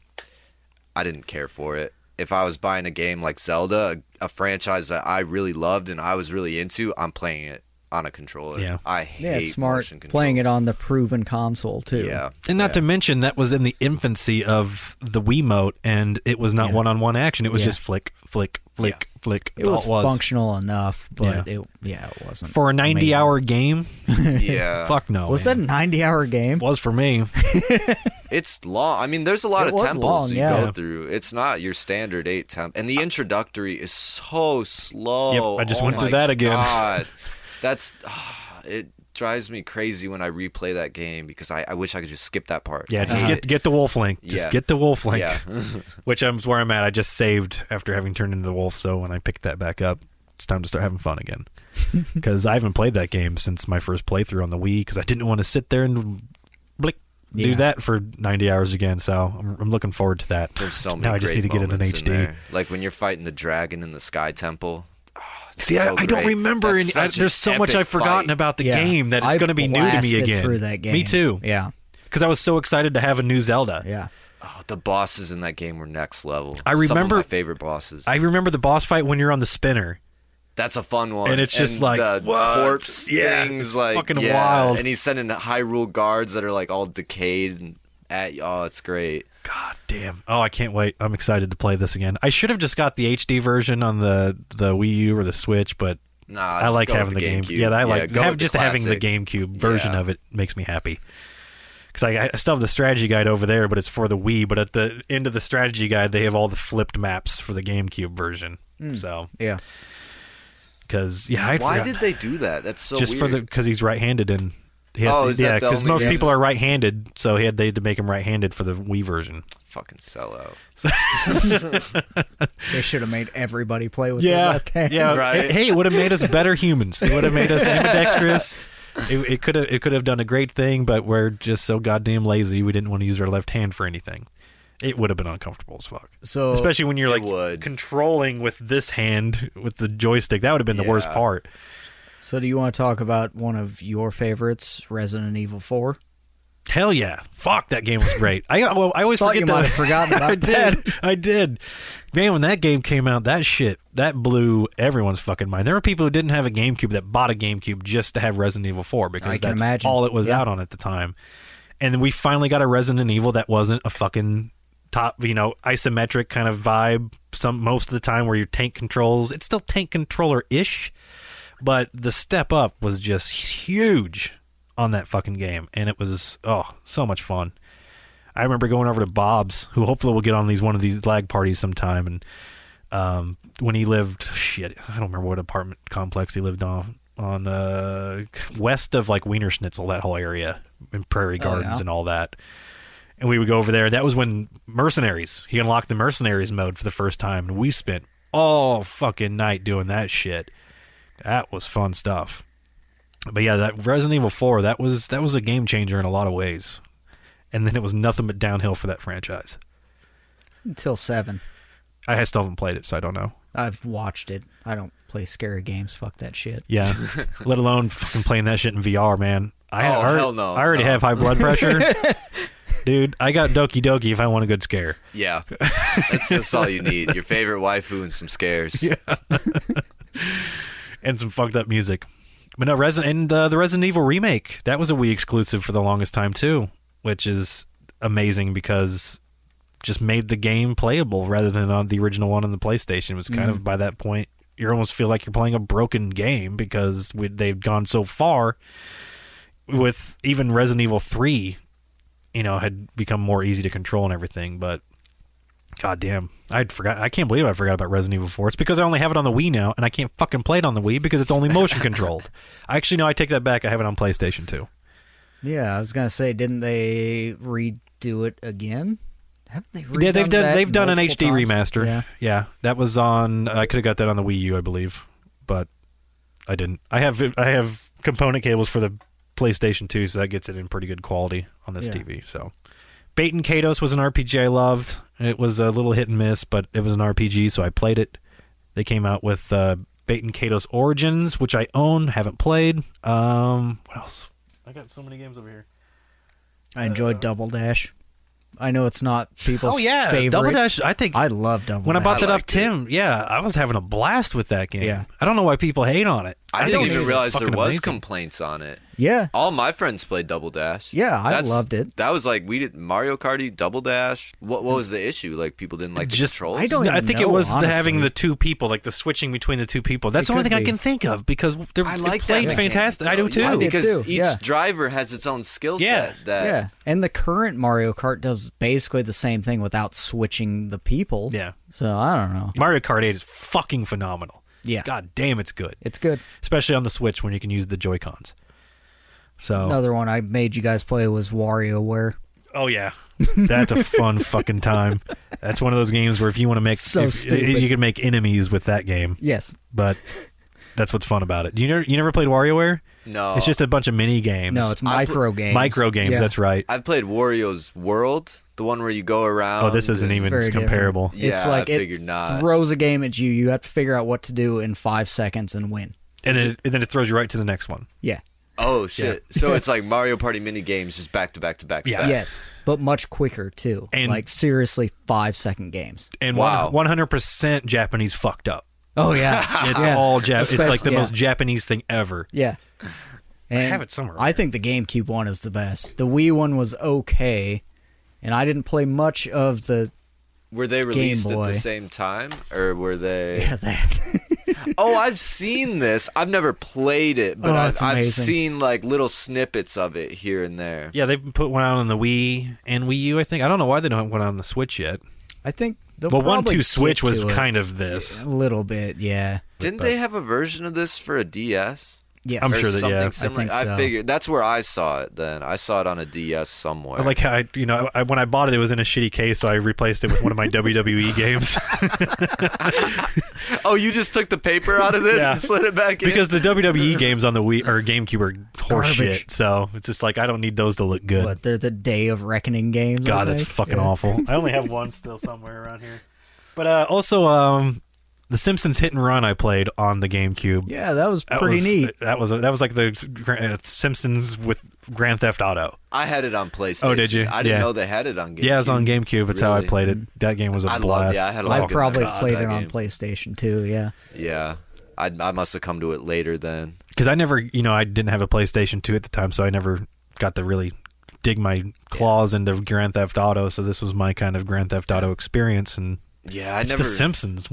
I didn't care for it. If I was buying a game like Zelda, a, a franchise that I really loved and I was really into, I'm playing it on a controller.
Yeah.
I hate
yeah, it's smart
motion controls.
playing it on the proven console too.
Yeah,
and not to mention that was in the infancy of the Wiimote, and it was not one-on-one action. It was
Yeah.
just flick, flick, flick, flick.
It
That's all
was, functional enough, but it yeah, it wasn't
for a 90-hour game.
[laughs]
yeah.
Fuck no.
Uh, Was that
man.
a ninety-hour game?
was for me?
It's long. I mean, there's a lot
It
of
was
temples
long,
you
yeah.
Yeah.
go through. It's not your standard eight temp, and the introductory is so slow.
Yep, I just
Oh
went through
my
that again. [laughs]
God, that's ah, it drives me crazy when I replay that game because I, I wish I could just skip that part.
Yeah,
I
just
hate
get get the Wolf Link. Just
Uh-huh. Yeah.
get the Wolf
it.
Link.
Yeah, [laughs]
[laughs] which I'm where I'm at. I just saved after having turned into the wolf, so when I picked that back up, it's time to start having fun
[laughs]
again. Because I haven't played that game since my first playthrough on the Wii, because I didn't want to sit there and blick do
Yeah.
that for 90 hours again. So I'm, I'm looking forward to that. [laughs]
there's so many.
now I just need
great
to get it in
moments in
HD.
there. Like when you're fighting the dragon in the Sky Temple. Oh, it's
See, I,
so
I don't
great.
remember.
That's
Any, I,
such an
there's so much
epic
I've forgotten
fight.
about the
Yeah.
game that it's
I
going to be new to me
blasted
again.
Through that game,
Me too.
Yeah,
Because I was so excited to have a new Zelda.
yeah.
Oh, the bosses in that game were next level.
I
Some of
remember-
my favorite bosses.
I remember the boss fight when you're on the spinner.
That's a fun one.
And it's just like,
the
what?
corpse
Yeah,
things, like
fucking
yeah.
wild.
And he's sending Hyrule guards that are like all decayed and at oh, it's great.
God damn! Oh, I can't wait. I'm excited to play this again. I should have just got the HD version on the the Wii U or the Switch, but
Nah,
I
Uh, just
like
go with
having
the
game.
GameCube.
Yeah, I
Yeah,
like
go
have-
with the
just having the
classic.
GameCube version
Yeah.
of it makes me happy. Because I, I still have the strategy guide over there, but it's for the Wii. But at the end of the strategy guide, they have all the flipped maps for the GameCube version. So
Yeah.
because yeah, I
Why
forgot.
did they do that? That's so
just
weird.
for the because he's right-handed and he has
Oh,
to-
is that
yeah,
the
because
only
most
reason?
people are right-handed, so he had they had to make him right-handed for the Wii version.
fucking sellout.
They should have made everybody play with their left hand.
Yeah.
Right.
Hey, it would have made us better humans. It would have made us ambidextrous. It, it could have it could have done a great thing, but we're just so goddamn lazy. We didn't want to use our left hand for anything. It would have been uncomfortable as fuck.
So
Especially when you're like
It would.
controlling with this hand with the joystick. That would have been the worst
Yeah.
part.
So do you want to talk about one of your favorites, Resident Evil 4?
Hell yeah! Fuck, that game was great. I well, I always
Thought
forget
you
that.
might
[laughs]
have forgotten about
I did. I did. Man, when that game came out, that shit that blew everyone's fucking mind. There were people who didn't have a GameCube that bought a GameCube just to have Resident Evil Four
I
because
can
that's
imagine.
all it was
Yeah.
out on at the time. And then we finally got a Resident Evil that wasn't a fucking top, you know, isometric kind of vibe. Some most of the time where your tank controls, it's still tank controller ish, but the step up was just huge on that fucking game, and it was oh so much fun. I remember going over to Bob's, who hopefully will get on these one of these lag parties sometime. And um, when he lived, shit, I don't remember what apartment complex he lived on, on uh, west of like Wiener Schnitzel, that whole area in Prairie
Oh,
Gardens
yeah.
and all that. And we would go over there. That was when mercenaries. He unlocked the mercenaries mode for the first time, and we spent all fucking night doing that shit. That was fun stuff. But yeah, that Resident Evil Four, that was that was a game changer in a lot of ways and then it was nothing but downhill for that franchise.
until seven.
I still haven't played it, so I don't know.
I've watched it. I don't play scary games. Fuck that shit.
[laughs]
Yeah, let alone fucking playing that shit in VR, man. I,
Oh,
I already,
hell no.
I already
No.
have high
[laughs]
blood pressure, dude. I got Doki Doki if I want a good scare.
Yeah, that's, that's all you need. Your favorite waifu and
[laughs]
some scares. Yeah.
and some fucked up music. But no, Resident and uh, the Resident Evil remake that was a Wii exclusive for the longest time too, which is amazing because just made the game playable rather than on the original one on the PlayStation. It was kind of by that point you almost feel like you're playing a broken game because we, they've gone so far with even Resident Evil Three. You know, had become more easy to control and everything, but God damn. I'd forgot. I can't believe I forgot about Resident Evil 4. It's because I only have it on the Wii now, and I can't fucking play it on the Wii because it's only motion controlled. I actually no, I take that back. I have it on PlayStation too.
Yeah, I was gonna say, didn't they redo it again? Haven't they?
yeah, they've
redone
done
that
they've done an
multiple
HD
times?
remaster.
Yeah.
that was on. I could have got that on the Wii U, I believe, but I didn't. I have I have component cables for the PlayStation 2, so that gets it in pretty good quality on this
Yeah.
TV. So, Bait and Kados was an RPG I loved. It was a little hit and miss, but it was an RPG, so I played it. They came out with uh, Bait and Kados Origins, which I own, haven't played. Um, what else? I got so many games over here.
I enjoyed Double Dash. I know it's not people's
oh yeah,
favorite.
Double Dash. I think
I love Double
When I
Dash.
bought
I
that up,
liked it.
Tim, yeah, I was having a blast with that game.
Yeah.
I don't know why people hate on it.
I didn't
think
even
it's
realize there
fucking
was
amazing.
complaints on it.
Yeah.
All my friends played Double Dash.
Yeah, I loved it.
That was like we did Mario Karty, Double Dash. What what was the issue? Like people didn't like the
Mm. Just-
controls.
I don't-
No, I think it
know,
was the
honestly.
having the two people, like the switching between the two people. That's the
It
only
could
thing I
be.
can think of because they're
I
it
like
played
that mechanic,
fantastic. I
though.
do too.
Yeah,
I did
because
too,
each
yeah.
driver has its own skill set.
Yeah.
That
Yeah, and the current Mario Kart does basically the same thing without switching the people.
Yeah.
So I don't know.
Mario Kart 8 is fucking phenomenal.
Yeah.
God damn, it's good,
It's good.
especially on the Switch when you can use the Joy Cons. So,
Another one I made you guys play was WarioWare.
oh yeah, that's a fun fucking [laughs] time. That's one of those games where if you want to make
So
if-
stupid.
you can make enemies with that game.
Yes.
but that's what's fun about it. You never you never played WarioWare?
No.
It's just a bunch of mini games.
No, it's
I pl-
micro games.
micro games.
Yeah.
That's right.
I've played Wario's World, the one where you go around.
Oh, this isn't
and-
even
Very different.
comparable.
Yeah,
it's like
I
it
figured not.
throws a game at you. You have to figure out what to do in five seconds and win.
And, it, and then it throws you right to the next one.
Yeah.
Oh shit!
[laughs]
So it's like Mario Party mini games, just back to back to back. to
Yeah.
back.
Yes, but much quicker too.
And-
like seriously, five second games.
And
Wow.
one hundred percent Japanese fucked up.
Oh yeah, [laughs]
It's
Yeah.
all Jap. It's like the
Especially- yeah.
most Japanese thing ever.
Yeah. And
have it somewhere.
I think the GameCube one is the best. The Wii one was okay, and I didn't play much of the [laughs]
Were they released at
Boy.
the same time, or were they?
that.
Oh, I've seen this. I've never played it, but
Oh,
I've,
it's
I've
amazing.
seen like little snippets of it here and there.
Yeah, they've put one out on the Wii and Wii U. I think I don't know why they don't have one on the Switch yet.
I think the
Well, one two Switch was kind of this.
a little bit, yeah.
Didn't they have a version of this for a DS?
Yes.
I'm
Or
sure that-
something
yeah. I
similar?
think so.
figured that's where I saw it. Then I saw it on a DS somewhere.
I like how I, you know, I, when I bought it, it was in a shitty case, so I replaced it with one of my [laughs] WWE games.
oh, you just took the paper out of this
Yeah.
and slid it back in.
because the
[laughs]
WWE games on the Wii or GameCube are
Garbage.
horseshit. So it's just like I don't need those to look good.
But they're the Day of Reckoning games. I
God, that's
think. [laughs]
fucking
Yeah.
awful. I only have one still somewhere around here. But uh, also, um, The Simpsons Hit and Run I played on the GameCube.
Yeah, that was
That
pretty
was-
neat.
That was that was like the uh, Simpsons with Grand Theft Auto.
I had it on PlayStation.
Oh, did you?
I didn't
Yeah.
know they had it on. GameCube.
Yeah, it was on GameCube. It's how I
Really?
played it. That game was a
I
blast.
loved. Yeah, I had. A lot
I
of good
probably
memories of
played
that
it on
game.
PlayStation too. Yeah,
Yeah, I I must have come to it later then.
because I never, you know, I didn't have a PlayStation 2 at the time, so I never got to really dig my claws into Grand Theft Auto. So this was my kind of Grand Theft Auto experience, and
Yeah, I
it's
never.
The Simpsons.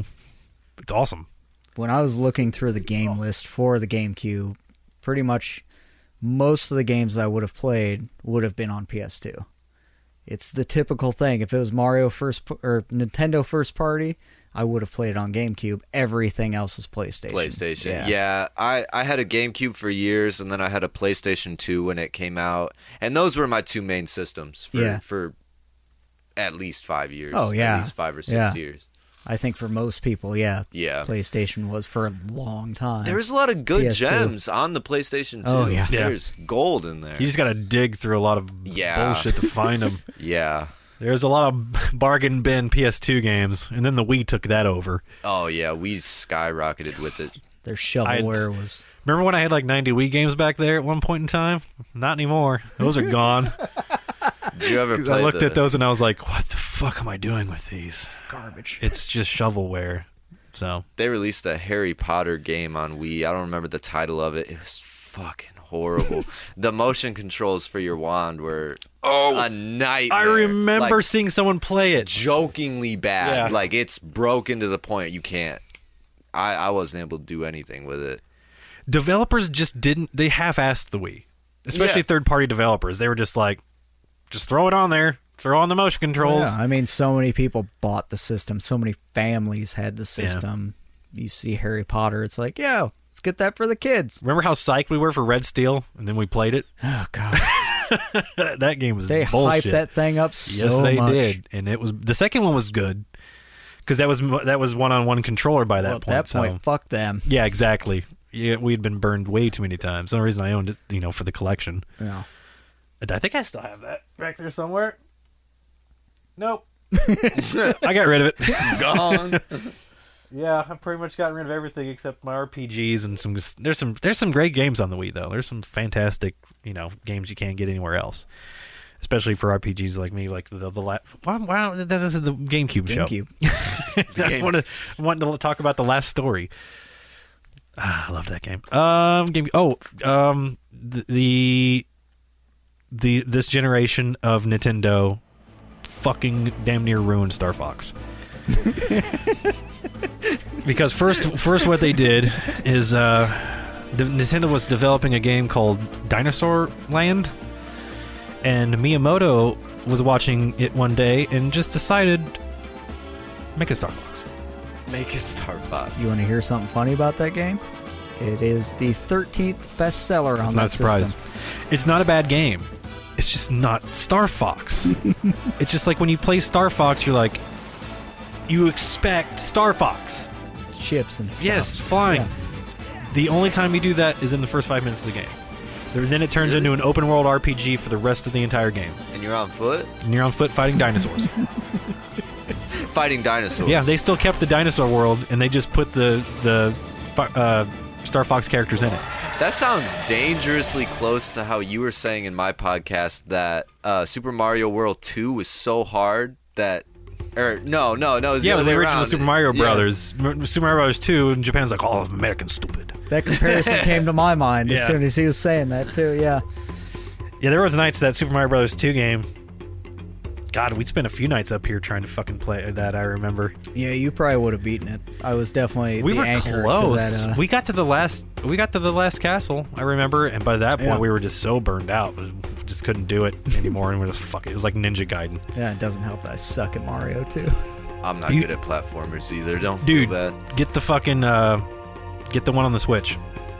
It's awesome.
when I was looking through the game list for the GameCube, pretty much most of the games that I would have played would have been on PS2. It's the typical thing. If it was Mario first p- or Nintendo first party, I would have played it on GameCube. Everything else was PlayStation.
PlayStation. Yeah. I, I had a GameCube for years and then I had a PlayStation 2 when it came out. And those were my two main systems for,
Yeah.
for at least five years.
Oh, yeah.
At least five or six
Yeah.
years.
I think for most people, yeah,
Yeah.
PlayStation was for a long time.
There was a lot of good
PS2.
gems on the PlayStation 2.
Oh, yeah.
Yeah.
There's gold in there.
You just got to dig through a lot of
Yeah.
bullshit to find
[laughs]
them.
Yeah.
There's a lot of bargain bin PS2 games, and then the Wii took that over.
Oh, yeah. We skyrocketed with it.
their
I'd-
shovelware was
Remember when I had like 90 Wii games back there at one point in time? Not anymore. Those are gone.
Did you ever
'Cause
[laughs] play
I looked
the-
at those and I was like, "What the fuck am I doing with these?"
garbage.
It's just shovelware. So
They released a Harry Potter game on Wii. I don't remember the title of it. It was fucking
[laughs]
horrible. the motion controls for your wand were oh, a nightmare.
I remember
Like,
seeing someone play it.
jokingly bad.
Yeah.
Like it's broken to the point you can't. I, I wasn't able to do anything with it.
Developers just didn't. They half-assed the Wii, especially
Yeah.
third-party developers. They were just like, "Just throw it on there. Throw on the motion controls."
Yeah, I mean, so many people bought the system. So many families had the system. You see Harry Potter, it's like, yo, let's get that for
[sighs]
the kids.
Remember how psyched we were for Red Steel, and then we played it. [laughs]
Oh god,
that game was
[laughs] they
bullshit.
hyped that thing up so
yes, they
much.
did, and it was the second one was good because that was mo- that was one-on-one controller by that
Well, at
point.
that point,
so-
fuck them.
yeah, exactly. Yeah, we'd been burned way too many times. The only reason I owned it, you know, for the collection.
Yeah.
I think I still have that back there somewhere. Nope. [laughs] I got rid of it.
Gone.
[laughs] Yeah, I've pretty much gotten rid of everything except my RPGs and some. There's some. There's some great games on the Wii though. There's some fantastic, you know, games you can't get anywhere else. Especially for RPGs like me, like the the last. Wow, wow, this is the GameCube, show.
GameCube.
[laughs] I want to I want to talk about the last story. Ah, I love that game. Um, game. Oh, um, the, the the this generation of Nintendo fucking damn near ruined Star Fox. because first, first what they did is uh, the, Nintendo was developing a game called Dinosaur Land, and Miyamoto was watching it one day and just decided make a Star Fox.
Make a Star Fox.
You want to hear something funny about that game? It is the 13th bestseller on
It's
that
not a surprise.
system.
It's not a bad game. It's just not Star [laughs] Fox. it's just like when you play Star Fox, you're like, you expect Star Fox.
Chips and stuff.
Yes, fine. The only time you do that is in the first five minutes of the game. There- Then it turns into an open world RPG for the rest of the entire game.
And you're on foot
And you're on foot fighting [laughs] dinosaurs.
fighting dinosaurs.
yeah, they still kept the dinosaur world and they just put the, the fi- uh, Star Fox characters in it.
That sounds dangerously close to how you were saying in my podcast that uh, Super Mario World 2 was so hard that. Or, no, no, no. It was
Yeah, it
the
was the
other way
original
around.
Super Mario
Yeah.
Brothers. M- Super Mario Brothers 2 in Japan's like, oh, American stupid.
That comparison came to my mind
[laughs]
as
Yeah.
soon as he was saying that too. Yeah.
Yeah, there was nights that Super Mario Brothers 2 game. God, we'd spent a few nights up here trying to fucking play that. I remember
Yeah, you probably would have beaten it. I was definitely
we
the
were
anchor to
close.
that, uh,
we got to the last. We got to the last castle. I remember, and by that point,
Yeah.
we were just so burned out, we just couldn't do it anymore, and we're just fuck it. It was like Ninja Gaiden.
yeah, it doesn't help that I suck at Mario too.
I'm not
You-
good at platformers either. Don't
Dude,
feel bad.
get the fucking uh, get the one on the Switch.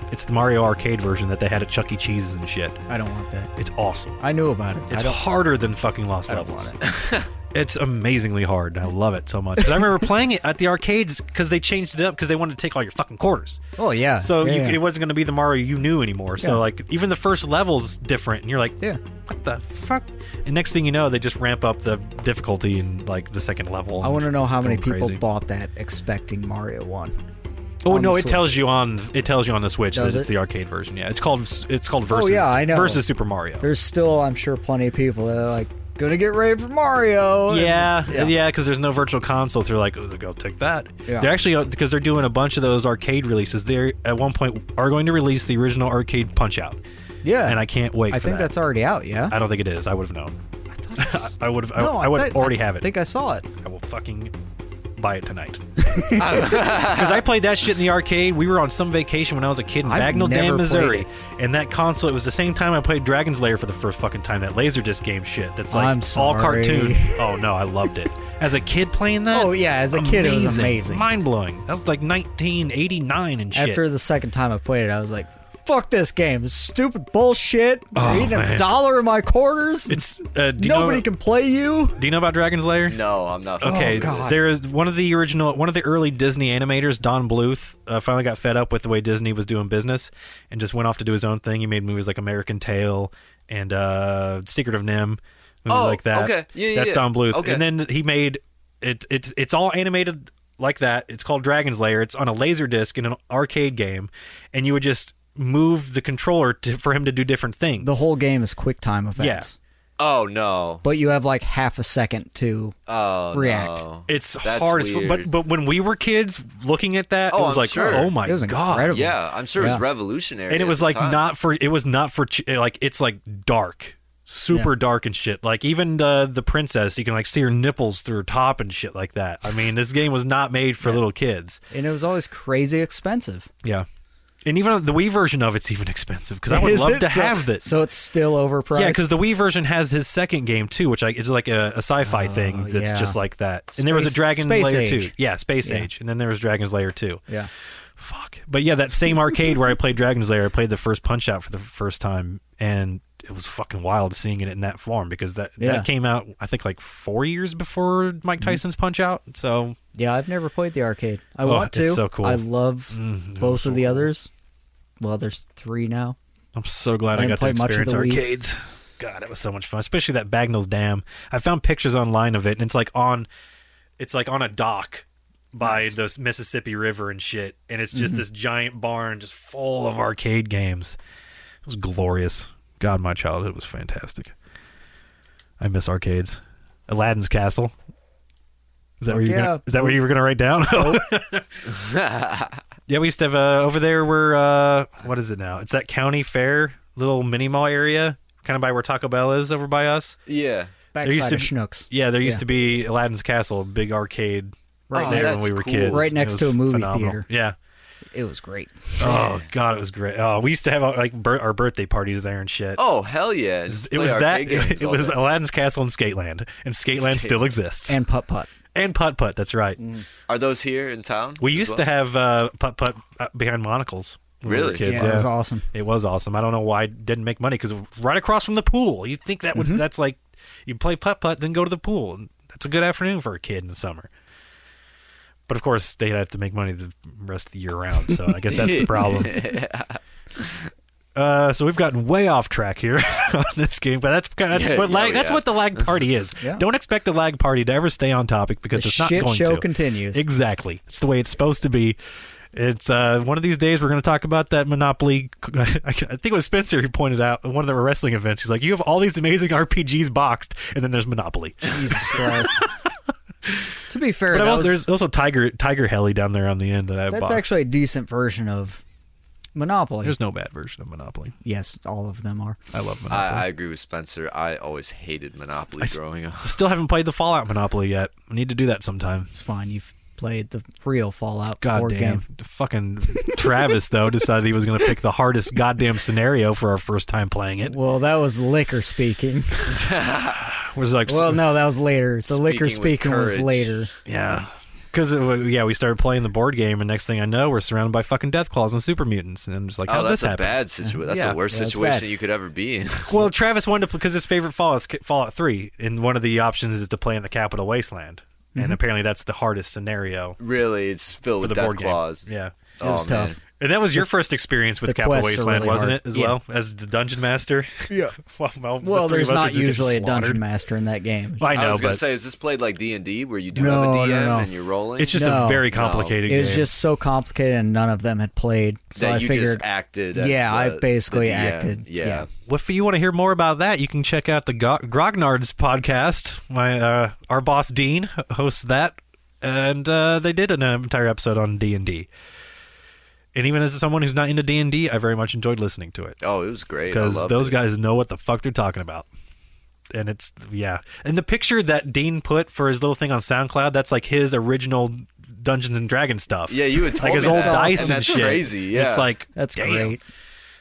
It's the Mario Arcade version that they had at Chuck E. Cheese's and shit.
I don't want that.
It's awesome.
I knew about it.
It's
I don't,
harder than fucking Lost
I don't
Levels.
want it. [laughs]
It's amazingly hard. and I love it so much. 'Cause I remember playing it at the arcades because they changed it up because they wanted to take all your fucking quarters.
Oh yeah.
So
yeah,
you,
yeah.
it wasn't going to be the Mario you knew anymore.
Yeah.
So like even the first level's different, and you're like,
Yeah.
what the fuck? And next thing you know, they just ramp up the difficulty in like the second level.
I want to know how many
Going
people
crazy.
bought that expecting Mario One.
Oh
on
no,
the
it tells you on it tells you on the Switch
Does
that it's
it? Oh,
the arcade version. Yeah, it's called it's called versus
yeah, I know.
versus Super Mario.
There's still, I'm sure, plenty of people that are like, gonna get ready for Mario. and-
yeah, yeah, because there's no virtual console. So they're like, oh, go take that.
Yeah.
They're actually because they're doing a bunch of those arcade releases. They at one point are going to release the original arcade Punch Out,
yeah.
and I can't wait.
I
for
think
that.
that's already out. Yeah.
I don't think it is. I would have known.
I thought it's-
[laughs] I would have. I,
No,
I would
thought-
already
I
have it.
think I saw it.
I will fucking buy it
[laughs]
tonight. Because I played that shit in the arcade. We were on some vacation when I was a kid in
I've
Bagnell
never
Dam,
played
Missouri.
it.
And that console, it was the same time I played Dragon's Lair for the first fucking time. That Laserdisc game shit. That's like
I'm
all
sorry. [laughs]
cartoons. Oh no, I loved it. As a kid playing that.
Oh, yeah, as a kid, it was amazing.
mind blowing. That was like 1989 and shit.
After the second time I played it, I was like, "Fuck this game! This is stupid bullshit!
Oh,
You're eating
man.
a dollar in my quarters.
it's uh, do you
Nobody
know,
can play you."
Do you know about Dragon's Lair?
No, I'm not.
Okay,
Oh, God.
there is one of the original, one of the early Disney animators, Don Bluth, uh, finally got fed up with the way Disney was doing business and just went off to do his own thing. He made movies like American Tail and uh, Secret of Nim, movies
Oh,
like that.
okay. Yeah, yeah,
That's
yeah.
Don Bluth,
Okay.
and then he made it. It's it's all animated like that. It's called Dragon's Lair. It's on a laser disc in an arcade game, and you would just move the controller to, for him to do different things.
The whole game is QuickTime events,
Oh no.
but you have like half a second to.
Oh
React.
no.
It's
That's
hard as fuck.
weird.
But but when we were kids, looking at that,
Oh,
it was
I'm
like,
sure.
oh my
It was
god,
incredible.
Yeah, I'm sure it
Yeah.
was revolutionary.
and it
at
was
the
like
time.
not for it was not for ch- like it's like dark, super
Yeah.
dark and shit. Like even the the princess, you can like see her nipples through her top and shit like that. I mean, this game was not made for little kids.
And it was always crazy expensive.
Yeah. And even the Wii version of it's even expensive because I would
Is
love
it?
to
So-
have this.
[laughs] So it's still overpriced.
Yeah, because the Wii version has his second game too, which I, is like a, a sci-fi thing that's
Oh, yeah.
just like that. and there was a
Space-
Dragon
Space
Layer
Age.
two, yeah, Space
Yeah.
Age, and then there was Dragon's Lair two.
yeah.
Fuck. But yeah, that same arcade where I played Dragon's Lair, I played the first Punch Out for the first time, and it was fucking wild seeing it in that form because that
Yeah. Mm-hmm.
that came out I think like four years before Mike Tyson's Punch Out. So
Yeah, I've never played the arcade. I
Oh,
want to.
it's so cool.
I love
Mm,
both
so
of the
cool.
others. Well, there's three now.
I'm so glad
I
I,
didn't
got to
play much of
experience
the Wii.
arcades. God, it was so much fun, especially that Bagnell's Dam. I found pictures online of it, and it's like on, it's like on a dock by
Nice. Mm-hmm.
the Mississippi River and shit, and it's just this giant barn just full of arcade games. It was glorious. God, my childhood was fantastic. I miss arcades. Aladdin's Castle. Is that where
Fuck
you are
yeah.
gonna, is that where you were gonna write down? [laughs]
[laughs]
Yeah, we used to have uh, over there where uh, what is it now? It's that county fair little mini mall area, kind of by where Taco Bell is over by us.
yeah.
Backside
used to
of
be-
Schnucks.
Yeah, there used
Yeah.
to be Aladdin's Castle, a big arcade right
Oh,
there when
that's
we were
cool.
kids,
Right
It
next
was
to a movie
phenomenal.
theater.
Yeah.
It was great.
Oh god, it was great. Oh, we used to have uh, like bir- our birthday parties there and shit.
Oh hell yeah! Just
it
play
was that.
arcade
[laughs]
games
It,
all
was
day.
Aladdin's Castle and Skateland, and Skateland
Skate-
still exists.
And putt putt.
And putt putt. That's right.
Are those here in town?
We
Mm. as
used
well?
to have uh, putt putt uh, behind monocles. when we were
Really?
kids.
Yeah, it was awesome.
It was awesome. I don't know why it didn't make money because right across from the pool, you think that would
Mm-hmm.
that's like you play putt putt, then go to the pool. and That's a good afternoon for a kid in the summer. But of course, they'd have to make money the rest of the year round. So I guess that's
[laughs]
the problem. Uh, so we've gotten way off track here [laughs] on this game, but that's kind of that's
Yeah,
what
yeah,
lag, that's
yeah.
what the lag party
[laughs]
is.
Yeah.
Don't expect the lag party to ever stay on topic because
The
it's not
shit
going
show
to.
continues.
Exactly. It's the way it's supposed to be. It's uh, one of these days we're going to talk about that Monopoly. [laughs] I think it was Spencer who pointed out at one of the wrestling events. He's like, "You have all these amazing RPGs boxed, and then there's Monopoly."
Jesus
[laughs]
Christ. to be fair,
But
that
also,
was-
there's also Tiger Tiger Heli down there on the end that I
that's
boxed.
actually a decent version of Monopoly.
there's no bad version of Monopoly.
yes, all of them are.
I love Monopoly.
I, I agree with Spencer. I always hated Monopoly
s-
growing up.
Still haven't played the Fallout Monopoly yet. I need to do that sometime.
It's fine. You've played the real Fallout board
Goddamn,
game.
fucking Travis though decided he was going to pick the hardest goddamn scenario for our first time playing it.
Well, that was
[laughs]
liquor speaking.
Was like,
well, no, that was later. The liquor
Speaking
speaking
with
was
courage.
later.
yeah, because yeah, we started playing the board game, and next thing I know, we're surrounded by fucking death claws and super mutants, and I'm just like, how
Oh,
did this
that's a
happen?
bad situation. That's
Yeah.
the worst
Yeah, it's
situation
bad.
you could ever be in. [laughs]
Well, Travis wanted to because his favorite Fallout is Fallout Three, and one of the options is to play in the Capital Wasteland,
Mm-hmm.
and apparently that's the hardest scenario
really, it's filled
for
with
the
death
board
claws.
game. Yeah.
It was
Oh, man.
tough.
And that was your first experience with
the
Capital
quests are
Wasteland,
really
wasn't
hard.
it? As
Yeah.
well as the dungeon master.
Yeah.
[laughs] well, well, the
Well,
three
there's
of us are
not
just getting
usually a dungeon
slaughtered.
master in that game.
I know,
was gonna
but
say, is this played like D and D, where you do
No,
have a
no,
DM
no.
and you're rolling?
it's just a
No.
very
No.
complicated
It was
game.
just so complicated, and none of them had played. So
that
I
you
figured,
just acted. As
yeah,
the-
I basically
the DM.
acted.
Yeah.
Well, if you want to hear more about that, you can check out the Go- Grognards podcast. My uh, our boss Dean h- hosts that, and uh, they did an entire episode on D and D. And even as someone who's not into D and D, I very much enjoyed listening to it
Oh, it was great. I
because
loved
those
it.
guys know what the fuck they're talking about. And it's yeah, and the picture that Dean put for his little thing on SoundCloud, that's like his original Dungeons and Dragons stuff.
Yeah, you had told
like his
me
old
that,
dice
and
and,
that's
shit.
crazy. Yeah,
it's like
That's
damn.
great.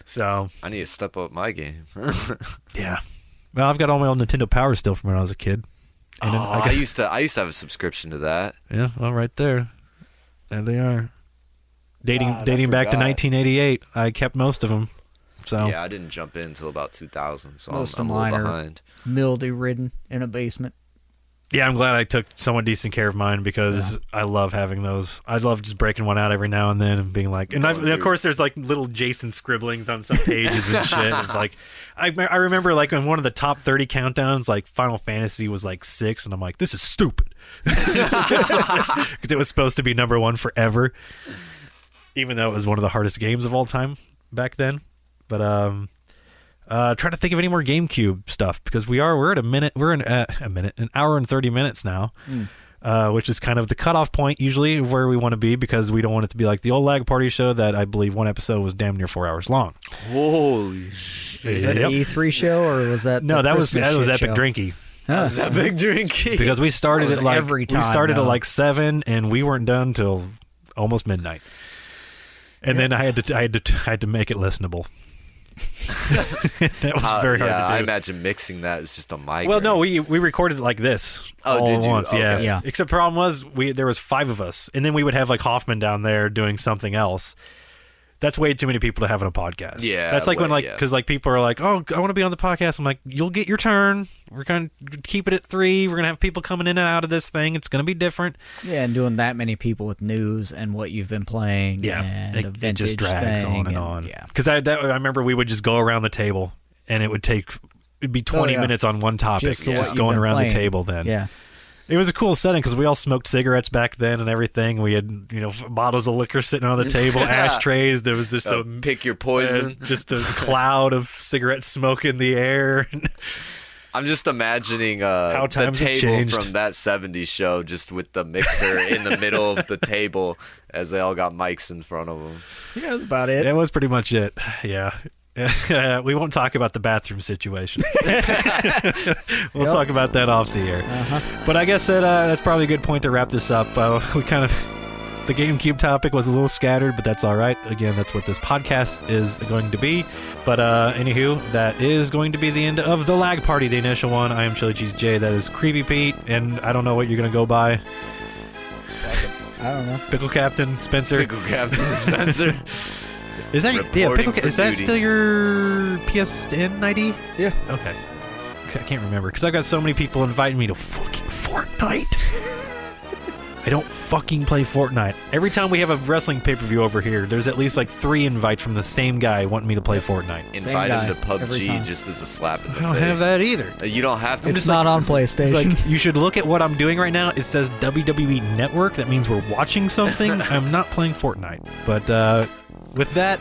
So
I need to step up my game. [laughs]
yeah. Well, I've got all my old Nintendo Power still from when I was a kid. And then
Oh,
I
I,
got,
used to I used to have a subscription to that.
yeah, well, right there. There they are. Dating
God, Ah, I
dating back to
forgot.
1988. I kept most of them. So
Yeah, I didn't jump in until about 2000, so
Most of
I'm, I'm a
mine
little
are-
behind.
mildew ridden in a basement.
Yeah, I'm glad I took somewhat decent care of mine because I love having those. I love just breaking one out every now and then and being like, and, I've,
Going
of course there's like little Jason scribblings on some pages and shit. It's like, I, me- I remember like on one of the top 30 countdowns, like Final Fantasy was like six, and I'm like, this is stupid [laughs] because it was supposed to be number one forever, even though it was one of the hardest games of all time back then. But um, uh, trying to think of any more GameCube stuff because we are we're at a minute we're in uh, a minute an hour and thirty minutes now,
Hmm.
uh, which is kind of the cutoff point usually of where we want to be because we don't want it to be like the old lag party show that I believe one episode was damn near four hours long.
Holy shit!
Was that the E3 show, or was that
No,
the
that was
Christmas
that was
shit
Epic
show? [laughs]
Drinky.
Huh.
that big drinking?
because we started
That was
at like
every time,
we started
though.
at like seven, and we weren't done till almost midnight. And then I had to I had to I had to make it listenable. [laughs] that was
Uh,
very hard
yeah, I
to do.
imagine mixing that is just a mic.
well, no, we we recorded it like this
Oh,
all
did
at
you?
once, yeah.
Okay.
Yeah.
Except problem was we there was five of us, and then we would have like Hoffman down there doing something else. That's way too many people to have on a podcast.
Yeah,
that's like when
way-
like
yeah.
because like people are like, oh, I want to be on the podcast. I'm like, you'll get your turn. We're gonna keep it at three. We're gonna have people coming in and out of this thing. It's gonna be different.
Yeah, and doing that many people with news and what you've been playing. and a
it, it
vintage
just drags
thing
on and on.
Yeah,
because I that, I remember we would just go around the table, and it would take it'd be 20
Oh, yeah.
minutes on one topic, just,
Just to what you've
going
been
around
playing.
the table. Then
yeah.
it was a cool setting because we all smoked cigarettes back then and everything. We had you know bottles of liquor sitting on the
[laughs]
table, ashtrays. There was just
Uh,
a
pick your
uh,
poison.
just a cloud of cigarette smoke in the air. [laughs]
I'm just imagining uh,
How
the
times have
table
changed.
from that '70s show, just with the mixer in the middle of the table as they all got mics in front of them.
Yeah, that's about it.
that was pretty much it. Yeah. [laughs] we won't talk about the bathroom situation. [laughs] we'll talk about that off the air.
Uh-huh.
But I guess that uh, that's probably a good point to wrap this up. Uh, [laughs] we kind of the GameCube topic was a little scattered, but that's all right. Again, that's what this podcast is going to be. But uh, anywho, that is going to be the end of the lag party, the initial one. I am Chili Cheese J. That is Creepy Pete, and I don't know what you're going to go by.
I don't know.
Pickle Captain Spencer.
Pickle Captain [laughs] Spencer.
Is that yeah?
Reporting
Pickle, Ca-
for
is that
duty.
still your PSN ID?
Yeah.
Okay. C- I can't remember because I've got so many people inviting me to fucking Fortnite. [laughs] I don't fucking play Fortnite. Every time we have a wrestling pay per view over here, there's at least like three invites from the same guy wanting me to play Fortnite.
Invite
guy
him to
every time.
PUBG just as a slap in the
I
face.
don't have that either.
Uh, You don't have to.
It's not on PlayStation.
It's like you should look at what I'm doing right now. It says WWE Network. That means we're watching something. I'm not playing Fortnite. But uh, with that,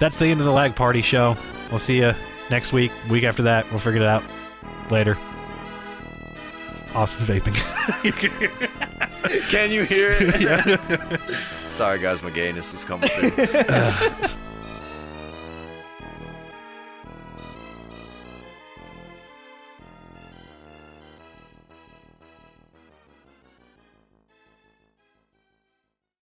that's the end of the Lag Party show. We'll see you next week. Week after that, we'll figure it out. Later. Austin's vaping. [laughs]
[laughs] Can you hear it? Sorry, guys, my gayness was coming through.